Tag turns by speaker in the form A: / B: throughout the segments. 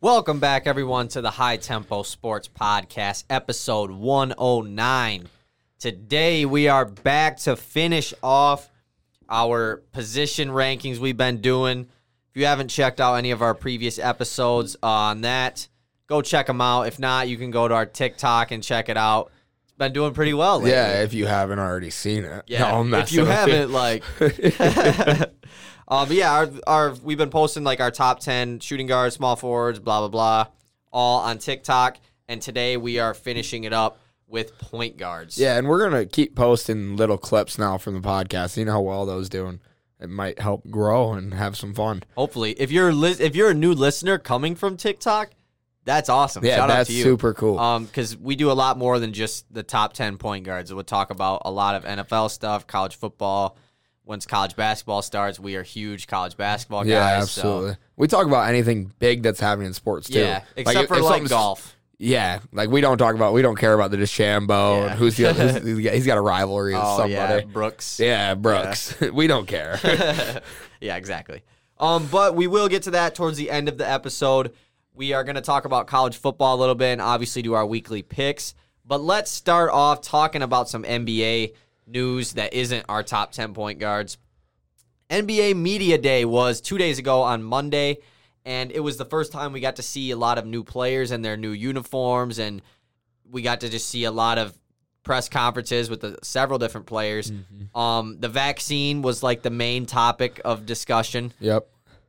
A: Welcome back, everyone, to the High Tempo Sports Podcast, episode 109. Today, we are back to finish off our position rankings we've been doing. If you haven't checked out any of our previous episodes on that, go check them out. If not, you can go to our TikTok and check it out. It's been doing pretty well lately.
B: Yeah, if you haven't already seen it.
A: Yeah,
B: No, I'm
A: if you
B: messing with
A: haven't, like, um, yeah, our, our we've been posting like our top ten shooting guards, small forwards, blah blah blah, all on TikTok. And today we are finishing it up with point guards.
B: Yeah, and we're gonna keep posting little clips now from the podcast. You know how well those doing. It might help grow and have some fun.
A: Hopefully, if you're lis- if you're a new listener coming from TikTok, that's awesome.
B: Yeah,
A: Shout out
B: that's
A: to you.
B: super cool.
A: Um, because we do a lot more than just the top ten point guards. We'll talk about a lot of NFL stuff, college football. Once college basketball starts, we are huge college basketball guys.
B: yeah,
A: so-
B: absolutely. We talk about anything big that's happening in sports too.
A: Yeah, except
B: if-
A: for
B: if
A: like
B: something's-
A: golf.
B: Yeah, like we don't talk about. We don't care about the DeChambeau
A: Yeah.
B: and who's the other. Who's, he's got a rivalry with
A: Oh
B: somebody.
A: yeah,
B: Yeah,
A: Brooks.
B: Brooks. we don't care.
A: yeah, exactly. Um, but we will get to that towards the end of the episode. We are going to talk about college football a little bit and obviously do our weekly picks. But let's start off talking about some NBA news that isn't our top 10 point guards. NBA Media Day was two days ago on Monday, and it was the first time we got to see a lot of new players and their new uniforms, and we got to just see a lot of press conferences with the, several different players. Um, the vaccine was like the main topic of discussion,
B: yep.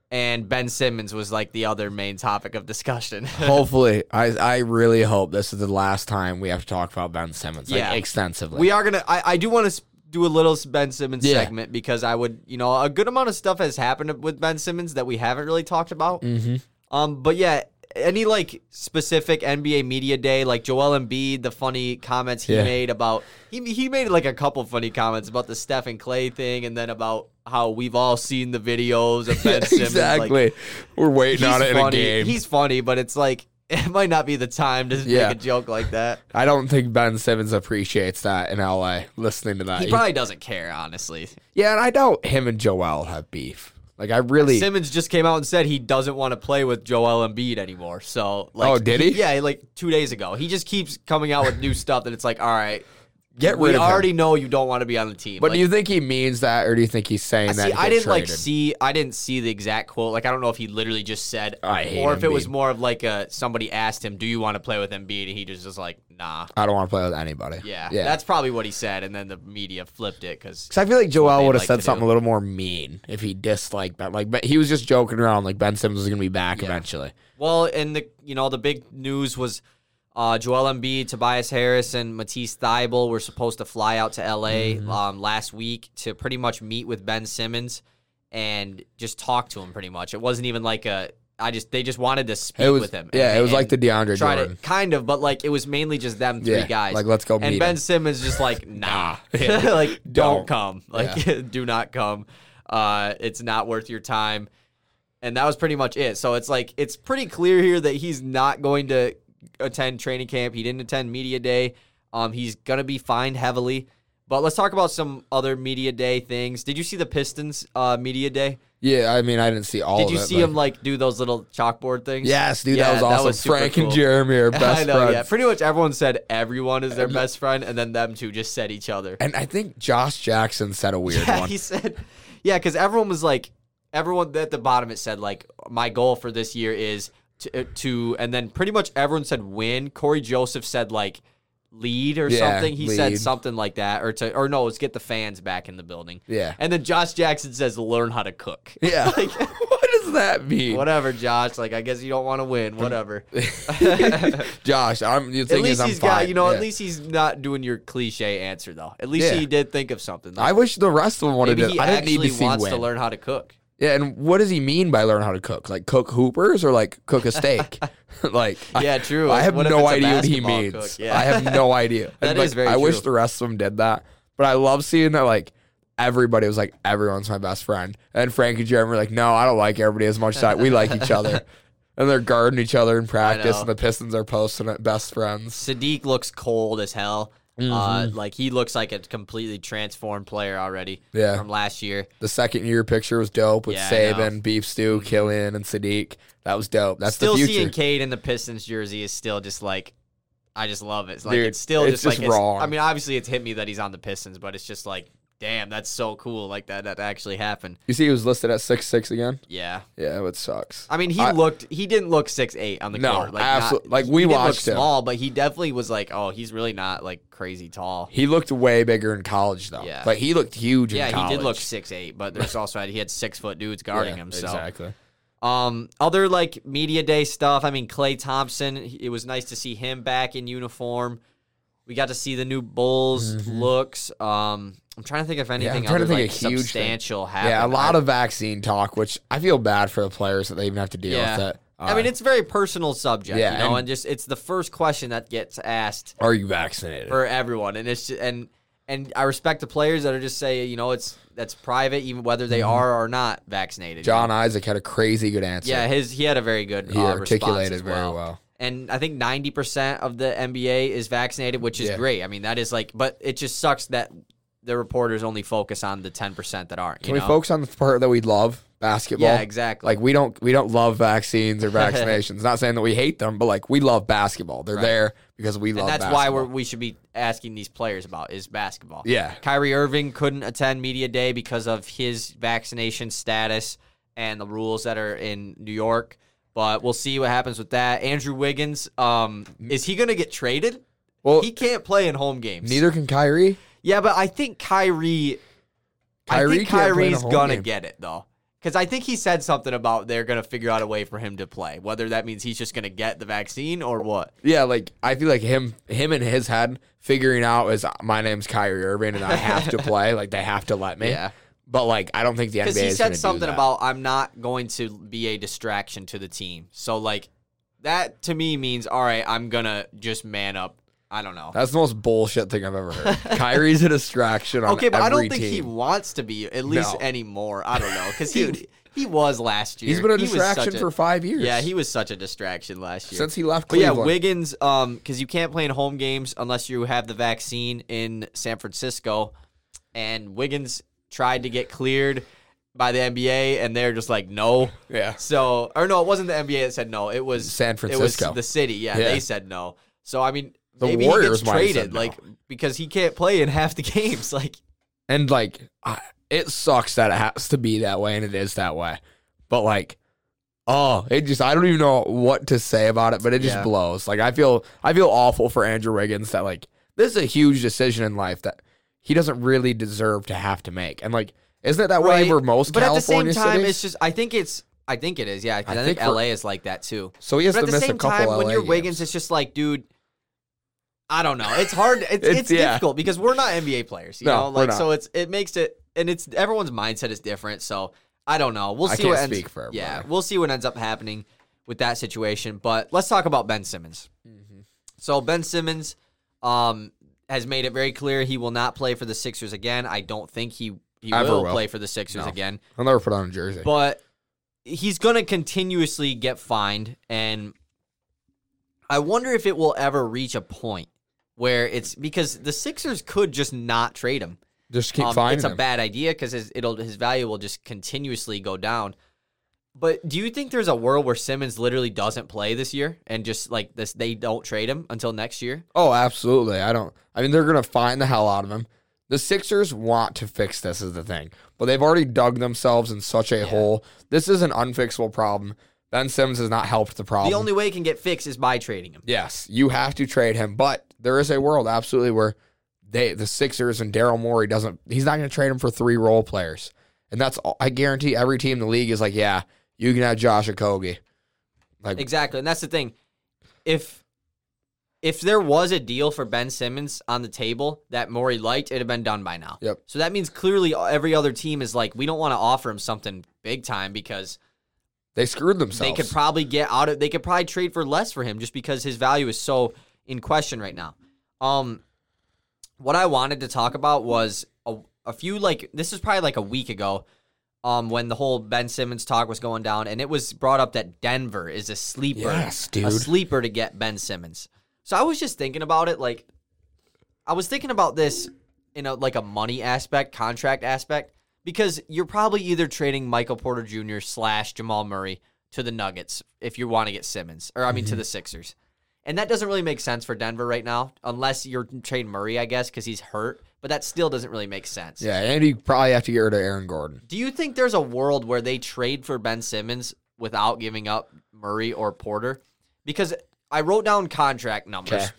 A: and Ben Simmons was like the other main topic of discussion.
B: Hopefully, I I really hope this is the last time we have to talk about Ben Simmons like,
A: Yeah.
B: extensively.
A: we are gonna. I, I do want to do a little Ben Simmons
B: Yeah.
A: segment because I would, you know, a good amount of stuff has happened with Ben Simmons that we haven't really talked about.
B: Mm-hmm.
A: Um, but yeah, any like specific NBA media day, like Joel Embiid, the funny comments he
B: Yeah.
A: made about he he made like a couple funny comments about the Steph and Clay thing, and then about how we've all seen the videos of Ben Simmons.
B: exactly.
A: Like,
B: We're waiting on it in
A: funny.
B: a game.
A: He's funny, but it's like it might not be the time to
B: Yeah.
A: make a joke like that.
B: I don't think Ben Simmons appreciates that in LA. Listening to that,
A: He probably doesn't care, honestly.
B: yeah, and I doubt him and Joel have beef. Like I really,
A: Simmons just came out and said he doesn't want to play with Joel Embiid anymore. So, like,
B: Oh, did he?
A: Yeah, like two days ago. He just keeps coming out with new stuff that it's like, all right,
B: Get
A: we
B: rid of him.
A: already know you don't want to be on the team.
B: but
A: Like,
B: do you think he means that, or do you think he's saying that?
A: see,
B: to
A: I
B: get
A: didn't like
B: traded?
A: see, I didn't see the exact quote. Like, I don't know if he literally just said,
B: I hate
A: or if it was
B: Embiid.
A: more of like a somebody asked him, "Do you want to play with Embiid?" and he just was like, "Nah."
B: I don't want to play with anybody.
A: Yeah,
B: yeah.
A: that's probably what he said, and then the media flipped it because
B: 'Cause I feel like Joel
A: they'd
B: would
A: like
B: have
A: to
B: said
A: do.
B: something a little more mean if he disliked Ben. Like, but he was just joking around. Like Ben Simmons is going to be back eventually.
A: Well, and the you know the big news was uh, Joel Embiid, Tobias Harris, and Matisse Thybulle were supposed to fly out to L.A.
B: Mm-hmm.
A: Um, last week to pretty much meet with Ben Simmons and just talk to him. Pretty much, it wasn't even like a. I just they just wanted to speak
B: It was
A: with him.
B: yeah,
A: and-
B: it was like
A: and
B: the DeAndre
A: try
B: Jordan.
A: to kind of, but like it was mainly just them three
B: Yeah,
A: guys.
B: like, let's go
A: And
B: meet
A: Ben
B: him.
A: Simmons just like nah,
B: Yeah.
A: like don't,
B: Don't.
A: come, like do not come. Uh, it's not worth your time. And that was pretty much it. So it's like it's pretty clear here that he's not going to attend training camp. He didn't attend media day. Um, he's gonna be fined heavily. But let's talk about some other media day things. Did you see the Pistons uh, media day?
B: Yeah, I mean, I didn't see all.
A: Did
B: of
A: you
B: it,
A: see
B: but-
A: him like do those little chalkboard things?
B: Yes, dude,
A: Yeah,
B: that was awesome.
A: super
B: Frank
A: cool.
B: and Jeremy are best
A: I know,
B: friends.
A: yeah. Pretty much everyone said everyone is their best friend, and then them two just said each other.
B: And I think Josh Jackson said a weird
A: Yeah,
B: one.
A: he said, yeah, because everyone was like, everyone at the bottom it said like, my goal for this year is to, uh, to and then pretty much everyone said win. Corey Joseph said like lead or
B: Yeah,
A: something. He said
B: lead.
A: something like that, or to or no, it's get the fans back in the building.
B: Yeah.
A: and then Josh Jackson says learn how to cook.
B: Yeah. what does that mean?
A: Whatever, Josh. Like, I guess you don't want to win. Whatever.
B: Josh, I'm the
A: At
B: thing
A: least
B: is
A: he's
B: I'm
A: got
B: fine.
A: you know.
B: Yeah.
A: At least he's not doing your cliche answer though. At least
B: Yeah.
A: he did think of something.
B: I
A: Like,
B: wish the rest of them wanted
A: maybe
B: to.
A: he
B: I didn't
A: actually
B: need to see
A: wants
B: win.
A: to learn how to cook.
B: Yeah, and what does he mean by learn how to cook? Like cook hoopers or like cook a steak? like I-
A: Yeah, true.
B: I have
A: What if
B: no
A: it's a
B: idea what he
A: basketball
B: means.
A: cook? Yeah.
B: I have no idea.
A: That
B: And,
A: is
B: like,
A: very
B: I wish
A: true.
B: the rest of them did that, but I love seeing that like. Everybody was like, everyone's my best friend. And Frank and Jeremy were like, no, I don't like everybody as much as I, we like each other. And they're guarding each other in practice,
A: know.
B: and the Pistons are posting it, best friends.
A: Sadiq looks cold as hell.
B: Mm-hmm.
A: Uh, like he looks like a completely transformed player already
B: Yeah.
A: from last year.
B: The second year picture was dope with
A: Um, Yeah, I know. Mm-hmm.
B: Saban, Beef Stew, Killian, and Sadiq. That was dope. That's
A: still
B: the future.
A: seeing Cade in the Pistons jersey is still just like I just love it. It's like
B: Dude,
A: it's still
B: it's
A: just,
B: just
A: like it's-
B: wrong.
A: I mean, obviously it's hit me that he's on the Pistons, but it's just like, damn, that's so cool. Like that that actually happened.
B: you see, he was listed at six six again.
A: Yeah.
B: Yeah, that sucks.
A: I mean, he
B: I-
A: looked. He didn't look six eight on the
B: No,
A: court. Like,
B: absolute- like,
A: he
B: we
A: didn't look
B: watched him.
A: small, but he definitely was like, oh, he's really not like crazy tall.
B: He looked way bigger in college though.
A: Yeah.
B: Like he looked huge. in
A: Yeah, he did
B: college.
A: look six eight, but there's also he had six foot dudes guarding
B: Yeah,
A: him. So
B: exactly.
A: Um, other like media day stuff. I mean, Clay Thompson. he- It was nice to see him back in uniform. We got to see the new Bulls looks. Um, I'm trying to think if anything
B: Mm-hmm. trying to
A: other, like,
B: think of huge thing.
A: substantial happened.
B: Yeah, a lot
A: I,
B: of vaccine talk, which I feel bad for the players that they even have to deal
A: Yeah.
B: with Uh, that.
A: I mean, it's a very personal subject,
B: Yeah,
A: you know,
B: and-
A: and, just it's the first question that gets asked
B: are you vaccinated?
A: for everyone, and it's just, and and I respect the players that are just say, you know, it's that's private, even whether they are or not vaccinated. you
B: Mm-hmm. John Isaac had a crazy good answer.
A: Yeah, his he had a very good.
B: he
A: uh,
B: articulated
A: response as
B: very well.
A: And I think ninety percent of the NBA is vaccinated, which is
B: Yeah.
A: great. I mean, that is like, but it just sucks that the reporters only focus on the ten percent that aren't.
B: Can
A: You
B: we
A: know?
B: focus on the part that we love, basketball?
A: Yeah, exactly.
B: Like we don't we don't love vaccines or vaccinations. Not saying that we hate them, but like we love basketball. They're there because we love.
A: and that's why
B: uh, basketball.
A: we're, we should be asking these players about is basketball.
B: Yeah.
A: Kyrie Irving couldn't attend media day because of his vaccination status and the rules that are in New York. But we'll see what happens with that. Andrew Wiggins, um, is he going to get traded?
B: Well-
A: he can't play in home games.
B: Neither can Kyrie.
A: Yeah, but I think Kyrie. I
B: Kyrie
A: think
B: can't play in a
A: Kyrie's
B: home
A: gonna
B: game.
A: get it though, because I think he said something about they're gonna figure out a way for him to play, whether that means he's just gonna get the vaccine or what.
B: Yeah, like I feel like him him in his head figuring out is my name's Kyrie Irving and I have to play. Like they have to let me.
A: Yeah.
B: But like I don't think the NBA
A: Because
B: is
A: he
B: gonna
A: said
B: do
A: something
B: that.
A: about I'm not going to be a distraction to the team. So like, that to me means all right, I'm gonna just man up. I don't know.
B: That's the most bullshit thing I've ever heard. Kyrie's a distraction on
A: Okay, but I
B: every
A: don't think he
B: team.
A: wants to be at least
B: No.
A: anymore. I don't know because he he was last year.
B: He's been a
A: He was
B: distraction
A: such a-
B: for five years.
A: Yeah, he was such a distraction last year.
B: since he left
A: But yeah,
B: Cleveland.
A: Wiggins, um, because you can't play in home games unless you have the vaccine in San Francisco, and Wiggins tried to get cleared by the NBA, and they're just like, no.
B: yeah.
A: So, or no, it wasn't the NBA that said no. It was
B: San
A: It
B: Francisco.
A: was the city. Yeah,
B: Yeah.
A: they said no. So I mean,
B: The
A: maybe
B: Warriors
A: he gets
B: might have
A: traded,
B: said no.
A: like because he can't play in half the games. Like,
B: And like, I, it sucks that it has to be that way, and it is that way. But like, oh, it just—I don't even know what to say about it. But it just
A: Yeah.
B: blows. Like, I feel, I feel awful for Andrew Wiggins that like this is a huge decision in life that he doesn't really deserve to have to make. And like, isn't it that way
A: right?
B: for most
A: but
B: California
A: at the same time,
B: cities?
A: it's just I think it's I think it is. Yeah, 'cause
B: I
A: I, think,
B: think for-
A: LA is like that too.
B: so he has
A: But at
B: to
A: the
B: miss a
A: same
B: couple.
A: time,
B: LA
A: when you're
B: games.
A: Wiggins, it's just like, dude, I don't know. It's hard. It's it's,
B: It's- yeah.
A: difficult because we're not NBA players, you
B: No,
A: know.
B: we're
A: Like
B: not.
A: so, it's it makes it and it's everyone's mindset is different. So I don't know. We'll
B: I
A: see
B: can't
A: what ends.
B: speak for
A: yeah,
B: everybody.
A: we'll see what ends up happening with that situation. But let's talk about Ben Simmons. So Ben Simmons, um, has made it very clear he will not play for the Sixers again. I don't think he he
B: Ever
A: will,
B: will.
A: play for the Sixers
B: No.
A: again
B: I'll never put on a jersey.
A: but he's going to continuously get fined and i wonder if it will ever reach a point where it's because the sixers could just not trade him
B: just keep
A: Um,
B: finding
A: it's a
B: him.
A: bad idea because his, it'll his value will just continuously go down but do you think there's a world where simmons literally doesn't play this year and just like this they don't trade him until next year
B: Oh, absolutely. I don't. I mean, they're gonna find the hell out of him. The Sixers want to fix this is the thing, but they've already dug themselves in such a hole. This is an unfixable problem. Ben Simmons has not helped the problem.
A: the only way it can get fixed is by trading him
B: yes, you have to trade him, but there is a world absolutely where they the Sixers and Daryl Morey doesn't. He's not gonna trade him for three role players, and that's all, I guarantee every team in the league is like, yeah, you can have Josh Okogie. Like
A: Exactly, and that's the thing. If if there was a deal for Ben Simmons on the table that Maury liked, it'd have been done by now.
B: Yep.
A: So that means clearly every other team is like, we don't want to offer him something big time because
B: they screwed themselves.
A: they could probably get out of. They could probably trade for less for him just because his value is so in question right now. Um, what I wanted to talk about was a, a few like this is probably like a week ago. Um, when the whole Ben Simmons talk was going down, and it was brought up that Denver is a sleeper
B: yes,
A: a
B: dude.
A: sleeper to get Ben Simmons. So I was just thinking about it. Like, I was thinking about this in a like a money aspect, contract aspect, because you're probably either trading Michael Porter Jr. slash Jamal Murray to the Nuggets if you want to get Simmons, or I mean to the Sixers, and that doesn't really make sense for Denver right now, unless you're trading Murray, I guess, because he's hurt. But that still doesn't really make sense.
B: Yeah, and you probably have to get rid of Aaron Gordon.
A: Do you think there's a world where they trade for Ben Simmons without giving up Murray or Porter? Because I wrote down contract numbers
B: Okay.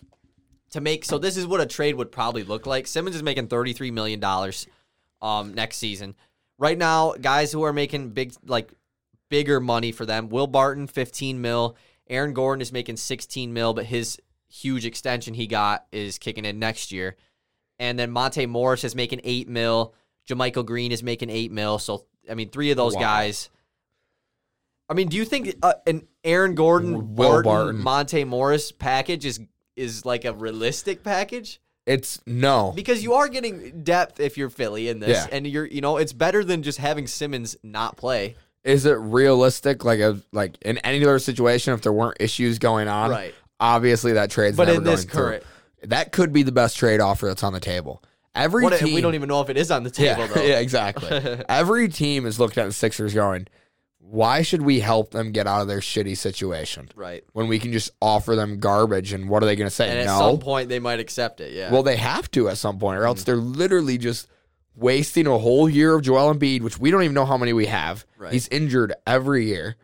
A: to make so this is what a trade would probably look like. Simmons is making thirty three million dollars um next season. Right now, guys who are making big like bigger money for them, Will Barton, fifteen mil. Aaron Gordon is making sixteen mil, but his huge extension he got is kicking in next year. And then Monte Morris is making eight mil. Jamichael Green is making eight mil. So I mean, three of those
B: Wow.
A: guys. I mean, do you think uh, an Aaron Gordon,
B: Will
A: Barton,
B: Barton.
A: Monte Morris package is is like a realistic package?
B: It's no.
A: Because you are getting depth if you're Philly in this,
B: Yeah.
A: and you're you know it's better than just having Simmons not play.
B: Is it realistic? Like a like in any other situation, if there weren't issues going on,
A: Right.
B: Obviously, that trade's
A: But
B: never
A: in this
B: going through.
A: current-
B: That could be the best trade offer that's on the table. Every
A: What,
B: team,
A: we don't even know if it is on the table
B: yeah,
A: though.
B: yeah, exactly. Every team is looking at the Sixers going, why should we help them get out of their shitty situation
A: Right.
B: when we can just offer them garbage? And what are they going to say?
A: And at
B: no.
A: some point they might accept it. Yeah.
B: Well, they have to at some point, or
A: Mm-hmm.
B: else they're literally just wasting a whole year of Joel Embiid, which we don't even know how many we have.
A: Right.
B: He's injured every year.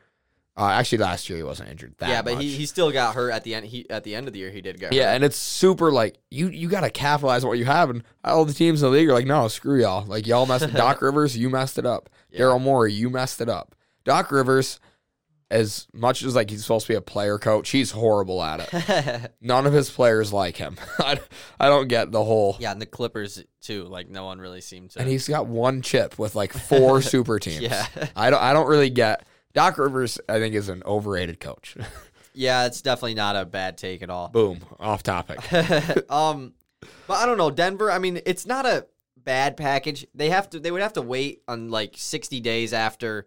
B: Uh, actually, last year he wasn't injured. That
A: yeah, but he,
B: much.
A: he still got hurt at the end. He at the end of the year he did get
B: yeah, and it's super like you you got to capitalize on what you have, and all the teams in the league are like, no, screw y'all. Like y'all messed Doc Rivers, you messed it up. Daryl Morey, you messed it up. Doc Rivers, as much as like he's supposed to be a player coach, he's horrible at it.
A: hurt.
B: None of his players like him. I, I don't get the whole.
A: yeah, and the Clippers too. Like no one really seemed to.
B: and he's got one chip with like four super teams.
A: Yeah.
B: I don't I don't really get Doc Rivers I think is an overrated coach.
A: yeah, it's definitely not a bad take at all.
B: Boom, off topic.
A: um, but I don't know Denver. I mean, it's not a bad package. They have to. They would have to wait on like sixty days after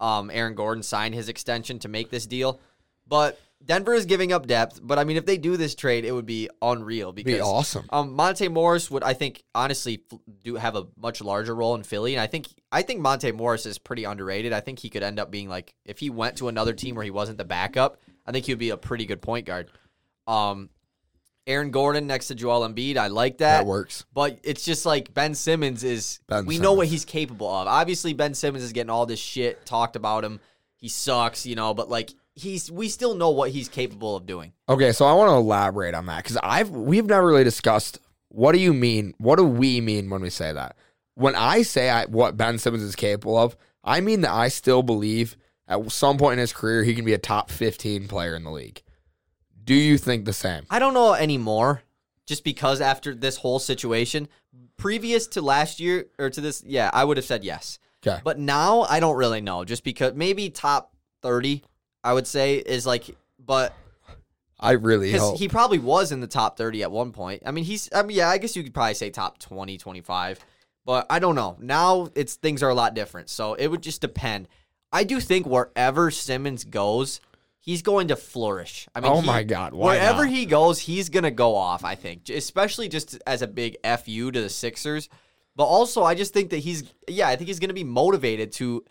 A: um, Aaron Gordon signed his extension to make this deal. But Denver is giving up depth. But I mean, if they do this trade, it would be unreal because
B: Be awesome.
A: um, Monte Morris would, I think, honestly, f- do have a much larger role in Philly, and I think I think Monte Morris is pretty underrated. I think he could end up being like if he went to another team where he wasn't the backup, I think he would be a pretty good point guard. Um, Aaron Gordon next to Joel Embiid, I like that.
B: That works.
A: But it's just like Ben Simmons is.
B: Ben
A: we know what he's capable of. Obviously, Ben Simmons is getting all this shit talked about him. He sucks, you know, but like he's we still know what he's capable of doing.
B: Okay, so I want to elaborate on that because I've we've never really discussed what do you mean? What do we mean when we say that? When I say I, what Ben Simmons is capable of, I mean that I still believe at some point in his career he can be a top fifteen player in the league. Do you think the same?
A: I don't know anymore just because after this whole situation, previous to last year or to this, yeah, I would have said yes.
B: Okay.
A: But now I don't really know just because maybe top 30, I would say, is like, but
B: I really hope.
A: because he probably was in the top 30 at one point. I mean, he's, I mean, yeah, I guess you could probably say top 20, 25, but I don't know. Now it's things are a lot different. So it would just depend. I do think wherever Simmons goes, he's going to flourish. I mean,
B: Oh
A: he-
B: my God, why
A: wherever
B: not?
A: he goes, he's going to go off, I think, J- especially just as a big FU to the Sixers. But also, I just think that he's, yeah, I think he's going to be motivated to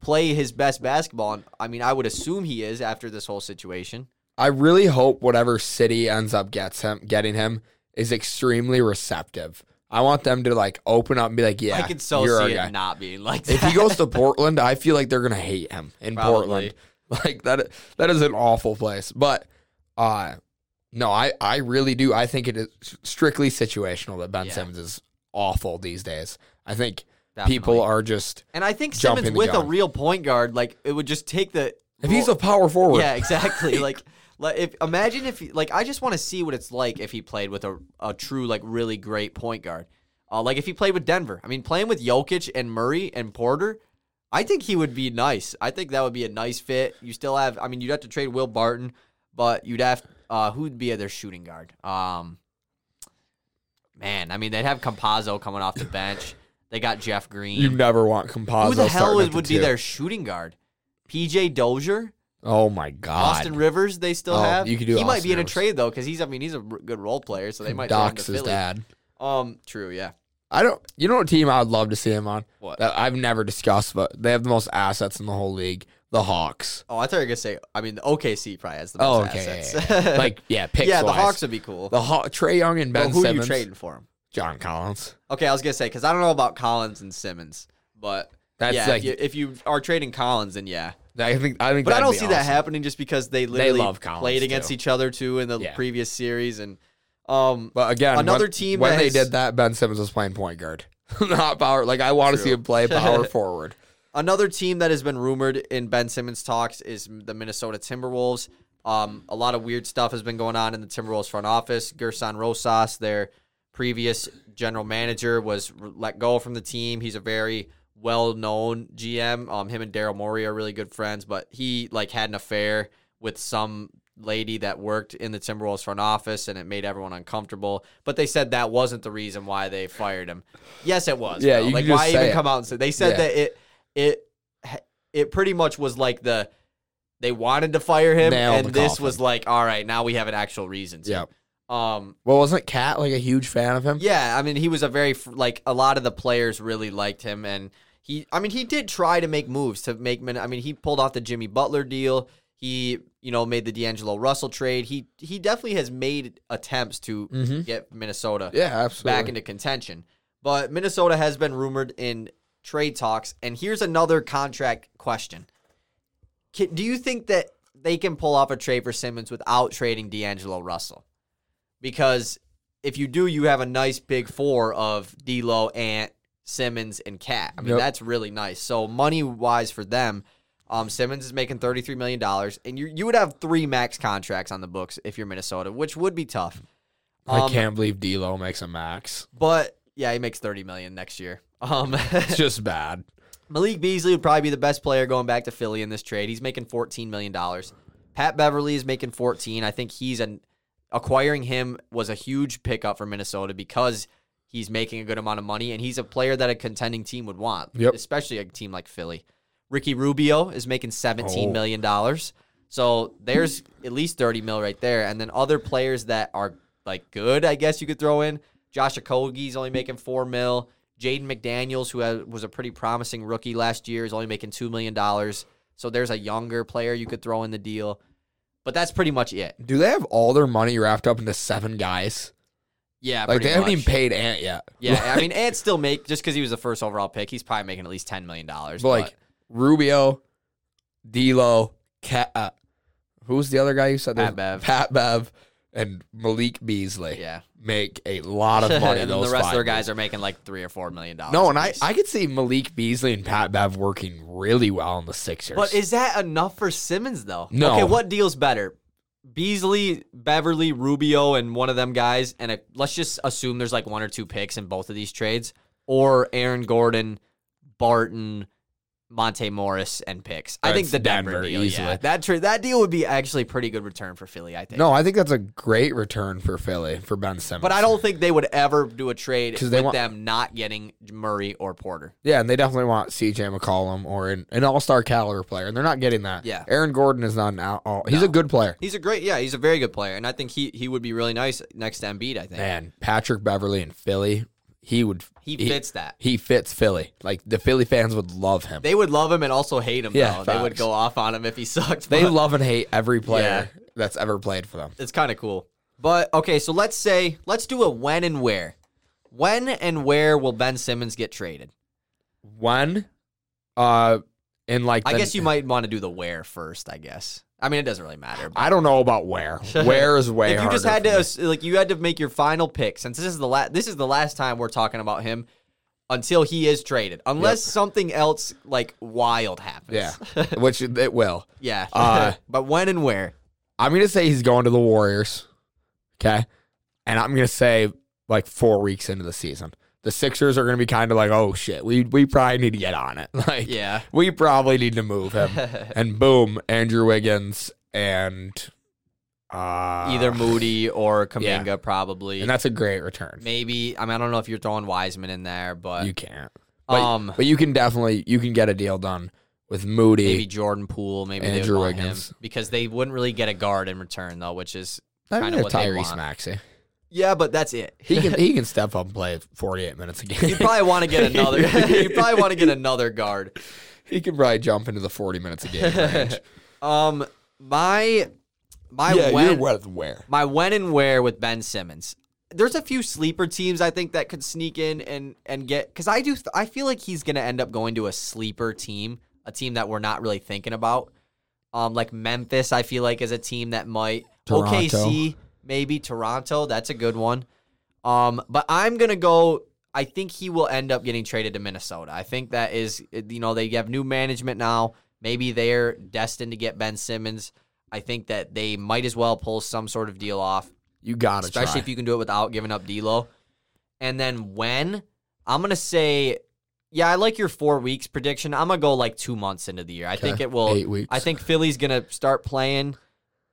A: play his best basketball. And I mean, I would assume he is after this whole situation.
B: I really hope whatever city ends up gets him getting him is extremely receptive. I want them to like open up and be like, yeah,
A: I could so
B: you're our
A: see
B: guy.
A: it not being like that.
B: If he goes to Portland, I feel like they're gonna hate him in
A: Probably.
B: Portland. Like that, that is an awful place. But, uh, no, I I really do. I think it is strictly situational that Ben
A: Yeah.
B: Simmons is awful these days. I think
A: Definitely.
B: people are just
A: and I think
B: jumping
A: Simmons
B: the
A: with a
B: gun.
A: real point guard, like it would just take the.
B: if he's a power forward,
A: yeah, exactly. like, like if imagine if he- like I just want to see what it's like if he played with a a true like really great point guard. Uh, like if he played with Denver, I mean, playing with Jokic and Murray and Porter, I think he would be nice. I think that would be a nice fit. You still have, I mean, you'd have to trade Will Barton, but you'd have uh, who'd be their shooting guard? Um, man, I mean, they'd have Compazzo coming off the bench. They got Jeff Green.
B: you never want Composo.
A: Who the hell
B: starting
A: would,
B: at the
A: would
B: two.
A: be their shooting guard? PJ Dozier?
B: Oh my god.
A: Austin Rivers, they still
B: Oh,
A: have.
B: you could do
A: He might
B: Austin
A: be in a
B: Rivers.
A: trade though, because he's. I mean, he's a r- good role player, so they might. throw him to
B: Docs his
A: Philly.
B: dad.
A: Um. True. Yeah.
B: I don't. You know what team I would love to see him on?
A: What?
B: That I've never discussed, but they have the most assets in the whole league. The Hawks.
A: Oh, I thought you were gonna say. I mean, the OKC probably has the most
B: Oh, okay. yeah,
A: assets.
B: yeah, yeah. like yeah, picks
A: yeah, the
B: wise.
A: Hawks would be cool.
B: The Haw- Trey Young and
A: But
B: Ben
A: who are you
B: Simmons.
A: trading for him?
B: John Collins.
A: Okay, I was gonna say because I don't know about Collins and Simmons, but
B: That's
A: yeah, if,
B: like-
A: you, if you are trading Collins, then yeah.
B: I think. I think.
A: But I
B: that'd
A: don't
B: be
A: see that
B: awesome.
A: happening just because they literally
B: love Collins,
A: played against
B: too.
A: each other too in the
B: Yeah.
A: previous series, and um,
B: But again,
A: Another
B: when,
A: team
B: when
A: that
B: they
A: has-
B: did that, Ben Simmons was playing point guard, not power. Like I want to see
A: True.
B: him play power forward.
A: another team that has been rumored in Ben Simmons talks is the Minnesota Timberwolves. Um, a lot of weird stuff has been going on in the Timberwolves front office. Gerson Rosas, their previous general manager, was re- let go from the team. He's a very well-known GM. Um, him and Daryl Morey are really good friends, but he like had an affair with some lady that worked in the Timberwolves front office, and it made everyone uncomfortable. But they said that wasn't the reason why they fired him. Yes, it was.
B: Yeah,
A: bro.
B: you can
A: like
B: just
A: why
B: say
A: even
B: it.
A: come out and say they said
B: Yeah.
A: that it it it pretty much was like the they wanted to fire him,
B: Nail in
A: and
B: the
A: this
B: coffin.
A: was like, all right, now we have an actual reason. To.
B: Yeah.
A: Um.
B: Well, wasn't Cat like a huge fan of him?
A: Yeah. I mean, he was a very fr- like a lot of the players really liked him, and he. I mean, he did try to make moves to make. Min- I mean, he pulled off the Jimmy Butler deal. He, you know, made the D'Angelo Russell trade. He he definitely has made attempts to
B: Mhm.
A: get Minnesota
B: Yeah, absolutely.
A: back into contention. But Minnesota has been rumored in trade talks. And here's another contract question. Can, do you think that they can pull off a trade for Simmons without trading D'Angelo Russell? Because if you do, you have a nice big four of D'Lo, Ant, Simmons, and Cat. I mean,
B: Yep.
A: that's really nice. So money wise for them, um, Simmons is making thirty three million dollars, and you you would have three max contracts on the books if you're Minnesota, which would be tough.
B: I
A: Um,
B: can't believe D'Lo makes a max.
A: but yeah, he makes thirty million next year. Um,
B: It's just bad.
A: Malik Beasley would probably be the best player going back to Philly in this trade. He's making fourteen million dollars. Pat Beverly is making fourteen. I think he's an acquiring him was a huge pickup for Minnesota because he's making a good amount of money and he's a player that a contending team would want,
B: Yep.
A: especially a team like Philly. Ricky Rubio is making seventeen
B: Oh.
A: million dollars. So there's at least thirty mil right there, and then other players that are like good, I guess you could throw in. Josh Okogie's only making four mil. Jaden McDaniels, who had, was a pretty promising rookie last year, is only making two million dollars. So there's a younger player you could throw in the deal, but that's pretty much it.
B: Do they have all their money wrapped up into seven guys?
A: Yeah,
B: Like
A: pretty
B: they haven't
A: much.
B: even paid Ant yet.
A: Yeah, I mean, Ant still make just because he was the first overall pick, he's probably making at least ten million dollars.
B: But like Rubio, D'Lo, Cat. Uh, who's the other guy you said?
A: Pat
B: there?
A: Bev.
B: Pat Bev and Malik Beasley.
A: yeah,
B: make a lot of
A: and
B: money.
A: then
B: those
A: the rest of
B: five
A: their guys are making like three or four million dollars.
B: years. No, and I,
A: apiece.
B: I could see Malik Beasley and Pat Bev working really well in the Sixers.
A: But is that enough for Simmons though?
B: No.
A: Okay, what deal's better? Beasley, Beverly, Rubio, and one of them guys, and a, let's just assume there's like one or two picks in both of these trades, or Aaron Gordon, Barton, Monte Morris, and picks. I think
B: That's
A: the Denver,
B: Denver
A: deal, yeah,
B: easily.
A: that trade that deal would be actually pretty good return for Philly. I think.
B: no, I think that's a great return for Philly for Ben Simmons.
A: but I don't think they would ever do a trade
B: 'Cause
A: with
B: they want-
A: them not getting Murray or Porter.
B: Yeah, and they definitely want CJ McCollum or an, an All Star caliber player, and they're not getting that.
A: Yeah.
B: Aaron Gordon is not an out. All, he's a good player.
A: He's a great, yeah, he's a very good player, and I think he he would be really nice next to Embiid. I think
B: Man, Patrick Beverly in Philly, he would.
A: he fits that.
B: He fits Philly. Like the Philly fans would love him. They,
A: They would love him and also hate him.
B: Yeah,
A: though. they would
B: facts.
A: go off on him if he sucked. but
B: love and hate every player that's ever played for them.
A: it's kind of cool. But okay, so let's say let's do a when and where. When and where will Ben Simmons get traded?
B: One, uh, in like
A: I
B: the-
A: guess you might want to do the where first. I guess. I mean, it doesn't really matter. but
B: I don't know about where. Where is way.
A: if you just
B: harder
A: had
B: for
A: to
B: me.
A: ass- like you had to make your final pick since this is the last this is the last time we're talking about him until he is traded, unless something else like wild happens.
B: yeah, which it will.
A: yeah.
B: Uh,
A: but when and where?
B: I'm gonna say he's going to the Warriors. Okay, and I'm gonna say like four weeks into the season, the Sixers are gonna be kind of like, oh shit, we we probably need to get on it. Uh, Like,
A: Yeah.
B: we probably need to move him. and boom, Andrew Wiggins and uh,
A: either Moody or Kaminga, probably.
B: and that's a great return.
A: Maybe I mean I don't know if you're throwing Wiseman in there, but
B: You can't, but,
A: Um,
B: but you can definitely you can get a deal done with Moody.
A: Maybe Jordan Poole, maybe they would
B: Andrew
A: want him
B: Wiggins.
A: because they wouldn't really get a guard in return though, which is
B: I
A: kind
B: mean,
A: of
B: if
A: what they
B: Tyrese
A: want.
B: Maxey.
A: Yeah, but that's it.
B: He can he can step up and play 48 minutes a
A: You
B: game.
A: probably want to get another. you probably want to get another guard.
B: he can probably jump into the 40 minutes a game range.
A: Um, my my
B: you're
A: when
B: with where?
A: my when and where with Ben Simmons. There's a few sleeper teams I think that could sneak in and and get because I do th- I feel like he's gonna end up going to a sleeper team, a team that we're not really thinking about. Um, like Memphis, I feel like is a team that might
B: Toronto.
A: OKC maybe Toronto. That's a good one. Um, but I'm gonna go. I think he will end up getting traded to Minnesota. I think that is, you know, they have new management now. Maybe they're destined to get Ben Simmons. I think that they might as well pull some sort of deal off,
B: You got to
A: especially if you can do it without giving up D'Lo. And then when I'm gonna say, yeah, I like your four weeks prediction. I'm gonna go like two months into the year. I think it will.
B: Eight weeks.
A: I think Philly's gonna start playing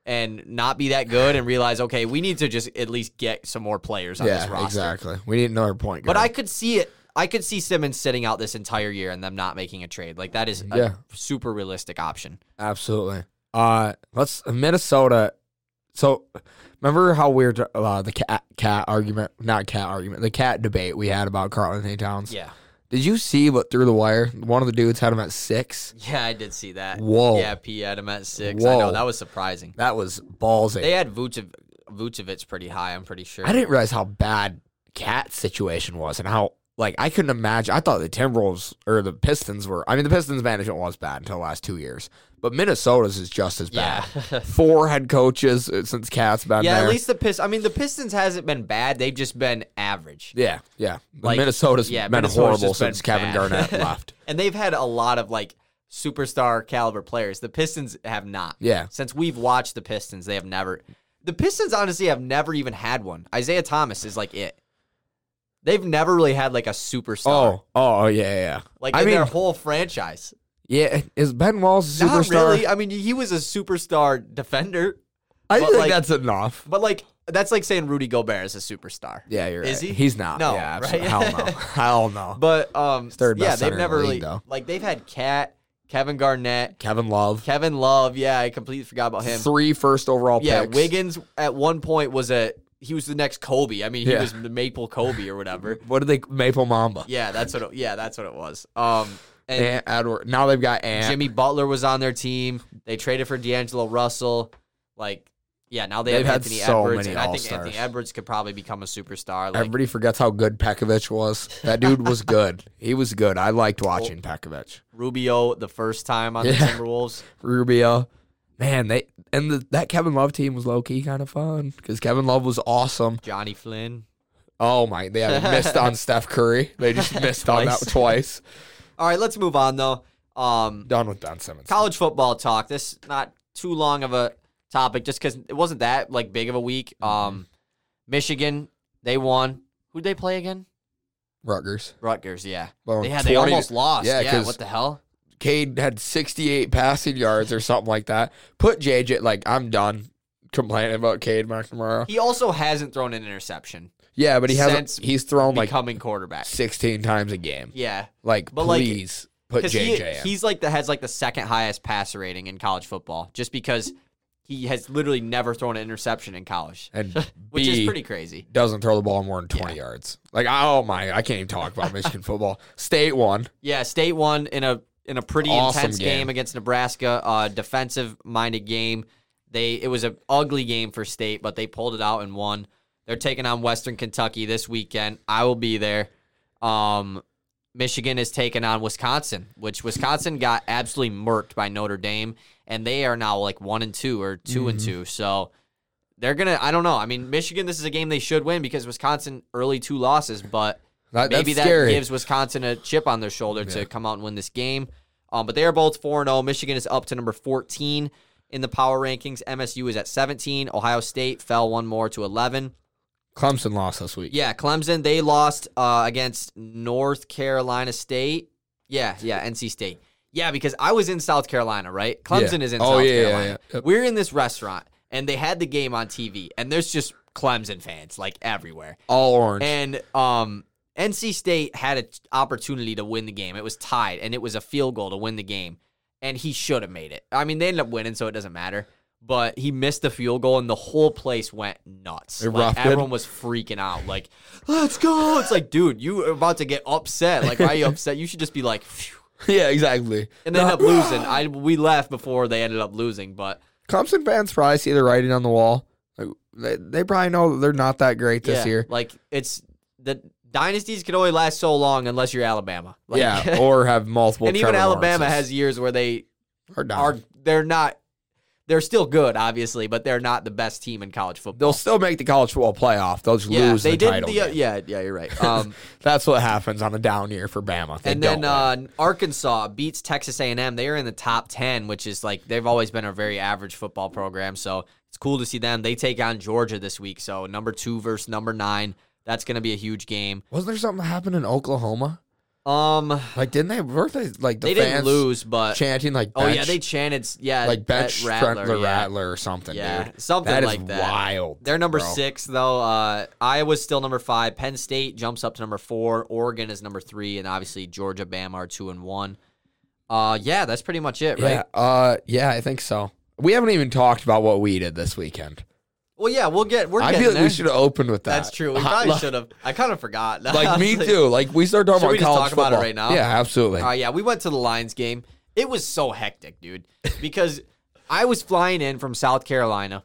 A: and not be that good and realize, okay, we need to just at least get some more players on
B: yeah,
A: this roster.
B: exactly. We need another point guard.
A: But I could see it. I could see Simmons sitting out this entire year and them not making a trade. Like that is a
B: Yeah.
A: super realistic option.
B: Absolutely. Uh, let's Minnesota. So, remember how weird uh, the cat cat argument, not cat argument, the cat debate we had about Carl Anthony Towns.
A: Yeah,
B: Did you see what through the wire? One of the dudes had him at six.
A: yeah, I did see that.
B: Whoa.
A: Yeah, P had him at six. I
B: Whoa.
A: know that was surprising.
B: That was ballsy.
A: They had Vucev- Vucevic pretty high. I'm pretty sure.
B: I didn't realize how bad cat situation was and how like I couldn't imagine. I thought the Timberwolves or the Pistons were. I mean, the Pistons management was bad until the last two years, but Minnesota's is just as
A: Yeah.
B: bad. Four head coaches uh, since Cat's been
A: yeah,
B: there.
A: at least the Pistons. I mean, the Pistons hasn't been bad. They've just been average.
B: Yeah, yeah.
A: Like,
B: Minnesota's
A: yeah,
B: been
A: Minnesota's
B: horrible
A: just been
B: since Kevin
A: bad.
B: Garnett left.
A: And they've had a lot of like superstar caliber players. The Pistons have not.
B: Yeah.
A: Since we've watched the Pistons, they have never. The Pistons honestly have never even had one. Isaiah Thomas is like it. They've never really had like a superstar.
B: Oh, oh, yeah, yeah, yeah.
A: like
B: I
A: in
B: mean,
A: their whole franchise.
B: yeah, is Ben Walls a
A: Not
B: superstar?
A: really. I mean, he was a superstar defender,
B: I
A: but,
B: think
A: like-
B: that's enough.
A: but like that's like saying Rudy Gobert is a superstar.
B: Yeah, you're
A: Is
B: right.
A: he?
B: He's not.
A: No,
B: yeah,
A: right?
B: absolutely. Hell no. Hell no.
A: But um,
B: third
A: yeah,
B: best
A: they've
B: center in the
A: never
B: league,
A: really
B: though.
A: like they've had Cat, Kevin Garnett,
B: Kevin Love,
A: Kevin Love. Yeah, I completely forgot about him.
B: three first overall
A: Yeah,
B: picks.
A: Wiggins at one point was a he was the next Kobe. I mean, he
B: Yeah.
A: was the Maple Kobe or whatever.
B: What are they? Maple Mamba.
A: yeah, that's what. It, yeah, that's what it was. Um, and
B: And Edward. Now they've got Ant.
A: Jimmy Butler was on their team. They traded for D'Angelo Russell. Like, yeah, now they
B: They've
A: have
B: had
A: Anthony
B: so
A: Edwards,
B: many
A: and I think
B: all-stars.
A: Anthony Edwards could probably become a superstar. Like,
B: Everybody forgets how good Pekovic was. That dude was good. he was good. I liked watching Pekovic.
A: Rubio the first time on the
B: Yeah.
A: Timberwolves.
B: Rubio. Man, they and the, that Kevin Love team was low key kind of fun because Kevin Love was awesome.
A: Johnny Flynn.
B: Oh my! They have missed on Steph Curry. They just missed on that
A: Twice.
B: twice.
A: All right, let's move on though. Um,
B: Done with Ben Simmons.
A: college football talk. This not too long of a topic, just because it wasn't that like big of a week. Um, Michigan they won. Who'd they play again?
B: Rutgers.
A: Rutgers. Yeah,
B: Well,
A: they had. They
B: 20
A: almost lost.
B: Oh, yeah,
A: Yeah,
B: 'cause-
A: what the hell?
B: Cade had 68 passing yards or something like that. Put JJ like I'm done complaining about Cade McNamara.
A: He also hasn't thrown an interception
B: Yeah, but he hasn't.
A: Since
B: He's thrown like
A: becoming quarterback.
B: 16 times a game.
A: Yeah,
B: Like
A: But, like,
B: please put
A: because
B: JJ.
A: he,
B: in.
A: he's like the has like the second highest passer rating in college football, just because he has literally never thrown an interception in college,
B: and
A: which
B: B
A: is pretty crazy.
B: doesn't throw the ball more than 20 yards. Like oh my, I can't even talk about Michigan football. State won.
A: Yeah, State won in a in a pretty
B: Awesome
A: intense game.
B: game.
A: against Nebraska. Uh, defensive minded game. They it was an ugly game for State, but they pulled it out and won. They're taking on Western Kentucky this weekend. I will be there. Um, Michigan is taking on Wisconsin, which Wisconsin got absolutely murked by Notre Dame, and they are now like one and two or 2
B: Mm-hmm.
A: and two. So they're gonna. I don't know. I mean, Michigan. This is a game they should win because Wisconsin early two losses, but
B: That,
A: maybe
B: that's
A: that
B: scary.
A: gives Wisconsin a chip on their shoulder to come out and win this game. Um, but they are both 4 0. Michigan is up to number 14 in the power rankings. MSU is at 17. Ohio State fell one more to 11.
B: Clemson lost this week.
A: Yeah, Clemson, they lost uh, against North Carolina State. Yeah, yeah, NC State. Yeah, because I was in South Carolina, right? Clemson is in
B: Oh,
A: South
B: yeah, yeah,
A: Carolina.
B: yeah. Yep.
A: We're in this restaurant, and they had the game on TV, and there's just Clemson fans like everywhere.
B: All orange.
A: And um, NC State had an opportunity to win the game. It was tied, and it was a field goal to win the game. and he should have made it. I mean, they ended up winning, so it doesn't matter. But he missed the field goal, and the whole place went nuts.
B: It
A: Like,
B: erupted.
A: everyone was freaking out. Like, let's go! It's like, dude, you are about to get upset. Like, why are you upset? You should just be like, phew.
B: yeah, exactly.
A: and they ended up
B: Nah.
A: losing. I we left before they ended up losing, but
B: Clemson fans probably see the writing on the wall. Like, they, they probably know they're not that great this
A: yeah,
B: year.
A: like it's the dynasties can only last so long unless you're Alabama. Like,
B: yeah, or have multiple.
A: and even
B: Trevor
A: Alabama
B: Lawrences.
A: has years where they
B: Or not.
A: are they're not they're still good, obviously, but they're not the best team in college football.
B: They'll still make the college football playoff. They'll just
A: yeah,
B: lose
A: they
B: the
A: did
B: title.
A: the
B: game.
A: yeah yeah you're right. Um,
B: That's what happens on a down year for Bama. They
A: and
B: don't
A: then uh, Arkansas beats Texas A&M. They are in the top ten, which is like they've always been a very average football program. So it's cool to see them. They take on Georgia this week. So number two versus number nine. That's going to be a huge game.
B: Wasn't there something that happened in Oklahoma?
A: Um,
B: Like, didn't they? Weren't they like the
A: they
B: fans
A: didn't lose, but
B: chanting like
A: oh
B: bench,
A: yeah, they chanted yeah
B: like bench
A: Brett Rattler,
B: Rattler,
A: yeah.
B: Rattler or something,
A: Yeah,
B: dude.
A: something
B: That is
A: like that.
B: wild.
A: They're number
B: bro.
A: six though. Uh, Iowa's still number five. Penn State jumps up to number four. Oregon is number three, and obviously Georgia, Bama are two and one. Uh, yeah, that's pretty much it, right?
B: Yeah, uh, yeah, I think so. We haven't even talked about what we did this weekend.
A: Well, yeah, we'll get. We're
B: I
A: getting
B: feel like
A: there.
B: we should have opened with that.
A: That's true. We
B: Uh,
A: probably
B: like-
A: should have. I kind of forgot.
B: Like me
A: Honestly.
B: too. Like we started talking
A: Should
B: about
A: we just
B: college
A: talk about it
B: football.
A: right now?
B: Yeah, absolutely.
A: Uh, yeah, we went to the Lions game. It was so hectic, dude, because I was flying in from South Carolina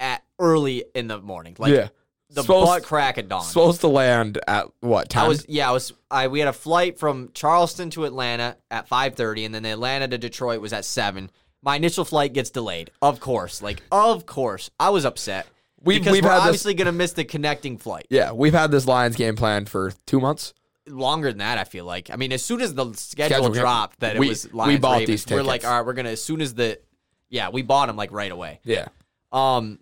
A: at early in the morning, like
B: yeah,
A: the
B: Supposed-
A: butt crack of dawn.
B: supposed to land at what time?
A: I was yeah, I was I we had a flight from Charleston to Atlanta at 5:30 and then Atlanta to Detroit was at 7. My initial flight gets delayed. Of course, like of course. I was upset.
B: We've-
A: because
B: we've
A: we're
B: had this-
A: obviously going to miss the connecting flight.
B: yeah, we've had this Lions game planned for two months.
A: Longer than that, I feel like. I mean, as soon as the schedule,
B: Schedule, yeah.
A: dropped that
B: We-
A: it was
B: we
A: Lions
B: bought
A: Ravens,
B: these
A: we're like,
B: tickets.
A: "All right, we're going to as soon as the yeah, we bought them like right away."
B: Yeah,
A: Um,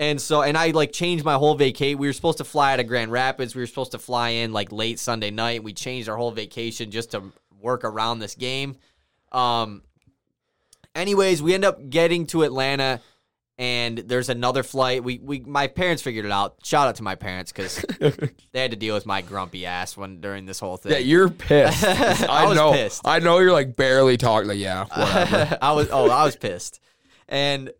A: and so, and I like changed my whole vacate. We were supposed to fly out of Grand Rapids. We were supposed to fly in like late Sunday night. We changed our whole vacation just to work around this game. Um, anyways, we end up getting to Atlanta, and there's another flight. We we my parents figured it out. Shout out to my parents because they had to deal with my grumpy ass when during this whole
B: yeah,
A: thing.
B: you're pissed. I,
A: I was
B: know.
A: pissed.
B: I know you're like barely talking. Like, yeah, whatever.
A: I was oh I was pissed, and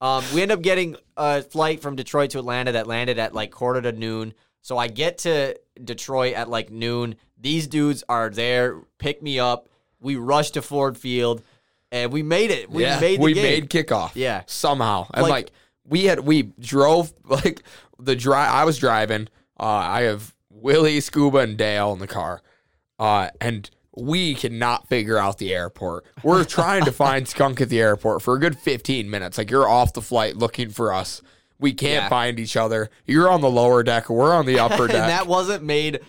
A: um, we end up getting a flight from Detroit to Atlanta that landed at like quarter to noon. So I get to Detroit at like noon. These dudes are there, pick me up. We rush to Ford Field, and we made it. We
B: yeah,
A: made the
B: we
A: game.
B: made kickoff.
A: Yeah.
B: somehow and like,
A: Like-
B: we had we drove like the drive. I was driving. Uh, I have Willie, Scuba, and Dale in the car, uh, and we cannot figure out the airport. We're trying to find Skunk at the airport for a good fifteen minutes. Like you're off the flight looking for us. We can't
A: Yeah.
B: find each other. You're on the lower deck. We're on the upper deck.
A: and that wasn't made.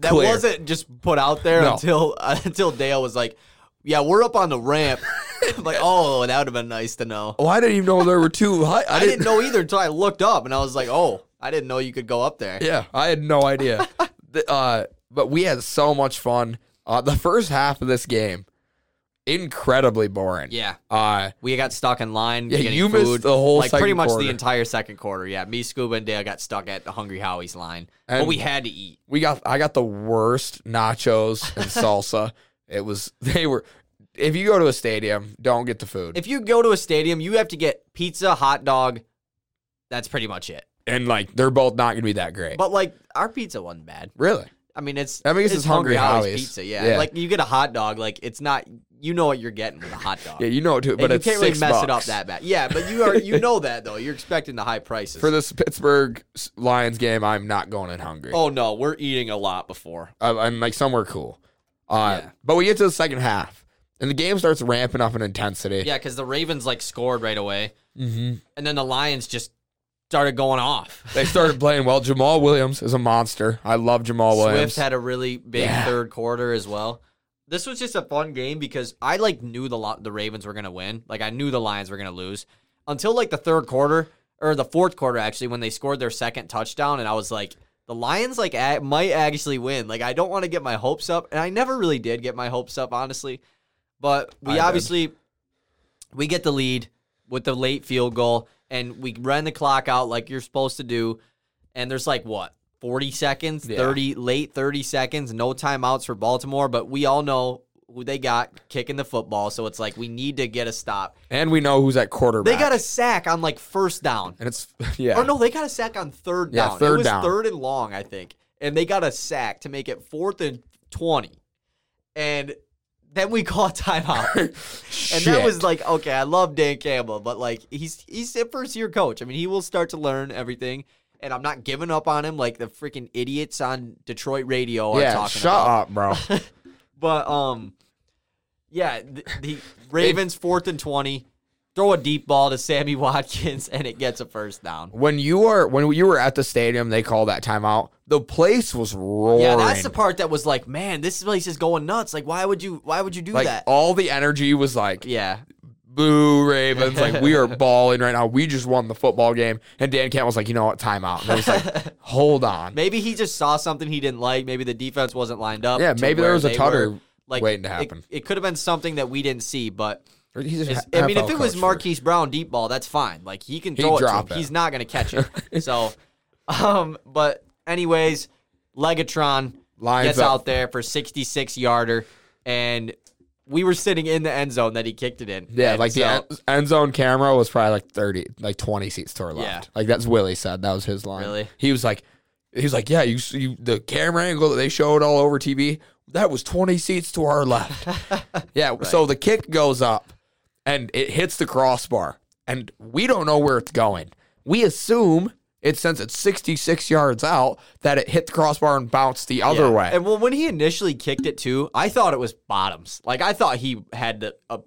A: That
B: Clear.
A: wasn't just put out there
B: No.
A: until until Dale was like, "Yeah, we're up on the ramp." I'm like, oh, that would have been nice to know.
B: oh, I didn't even know there were two. I, I
A: I
B: didn't
A: didn't know either until I looked up and I was like, oh, I didn't know you could go up there.
B: Yeah, I had no idea. The- uh, but we had so much fun. Uh, the first half of this game, incredibly boring.
A: Yeah.
B: Uh,
A: We got stuck in line.
B: Yeah,
A: getting
B: you
A: food.
B: missed the whole
A: like pretty
B: second
A: much
B: quarter.
A: the entire second quarter. Yeah, me, Scuba, and Dale got stuck at the Hungry Howie's line,
B: And-
A: but we had to eat.
B: we got I got the worst nachos and salsa. It was they were. If you go to a stadium, don't get the food
A: If you go to a stadium, you have to get pizza, hot dog. That's pretty much it.
B: and like they're both not gonna be that great.
A: But like our pizza wasn't bad.
B: really,
A: I mean, it's
B: I mean, it's
A: it's,
B: just Hungry Howie's.
A: pizza. Yeah.
B: Yeah.
A: like you get a hot dog, like it's not you know what you're getting with a hot dog.
B: yeah, you know it too.
A: And
B: But
A: you
B: it's
A: can't really
B: six
A: mess it up
B: bucks.
A: that bad. Yeah, but you are you know that though. You're expecting the high prices.
B: for this Pittsburgh Lions game. I'm not going in hungry.
A: oh no, we're eating a lot before.
B: I'm, I'm like somewhere cool. Uh,
A: Yeah.
B: But we get to the second half, and the game starts ramping up in intensity.
A: Yeah, because the Ravens like scored right away,
B: Mm-hmm.
A: and then the Lions just started going off.
B: They started playing well. Jamal Williams is a monster. I love Jamal Williams.
A: Swift had a really big
B: Yeah.
A: third quarter as well. This was just a fun game because I like knew the Lo- the Ravens were gonna win. Like I knew the Lions were gonna lose until like the third quarter or the fourth quarter actually when they scored their second touchdown, and I was like. The Lions like a- might actually win. Like I don't want to get my hopes up, and I never really did get my hopes up, honestly. But
B: I
A: we
B: did.
A: obviously we get the lead with the late field goal, and we run the clock out like you're supposed to do. And there's like what 40 seconds,
B: Yeah.
A: 30 late 30 seconds, no timeouts for Baltimore. But we all know who they got kicking the football. So it's like we need to get a stop.
B: And we know who's at
A: They
B: quarterback.
A: got a sack on like first down.
B: and it's yeah.
A: Or no, they got a sack on third
B: Yeah,
A: down. it
B: third
A: was
B: down.
A: third and long, I think. And they got a sack to make it fourth and 20. And then we call a timeout. and
B: Shit.
A: that was like, okay, I love Dan Campbell, but like he's he's a first year coach. I mean, he will start to learn everything. And I'm not giving up on him like the freaking idiots on Detroit radio are
B: yeah.
A: talking about.
B: Shut up, bro.
A: But um, yeah, the, the Ravens fourth and twenty, throw a deep ball to Sammy Watkins, and it gets a first down.
B: when you are when you were at the stadium, they called that timeout. The place was roaring.
A: Yeah, that's the part that was like, man, this place is going nuts. Like, why would you? Why would you do
B: like oh,
A: that?
B: all the energy was like
A: yeah,
B: boo Ravens. Like we are balling right now. We just won the football game. And Dan Campbell was like, you know what, timeout. And I was like, hold on.
A: maybe he just saw something he didn't like. Maybe the defense wasn't lined up.
B: Yeah,
A: to
B: maybe there
A: where
B: was a
A: they
B: tutter
A: were.
B: waiting to
A: it-
B: happen.
A: It, could have been something that we didn't see, but
B: Or he's just
A: it's-
B: an
A: I mean, if
B: NFL
A: it was
B: coach
A: Marquise Brown deep ball, that's fine. Like he can throw it, to him.
B: drop it.
A: He's not going to catch it. so, um, but anyways, Legatron
B: Lines
A: gets
B: up.
A: out there for 66 yarder, and we were sitting in the end zone that he kicked it in.
B: for- Yeah,
A: And
B: like the
A: so-
B: end, end zone camera was probably like thirty, like twenty seats to our left.
A: Yeah.
B: Like that's Willie said. That was his line.
A: Really?
B: He was like, he was like, yeah, you, s- you the camera angle that they showed all over TV. That was twenty seats to our left. yeah. So the kick goes up, and it hits the crossbar, and we don't know where it's going. We assume. It since it's 66 yards out that it hit the crossbar and bounced the other
A: Yeah.
B: way.
A: And well, when he initially kicked it too, I thought it was bottoms. Like I thought he had the, a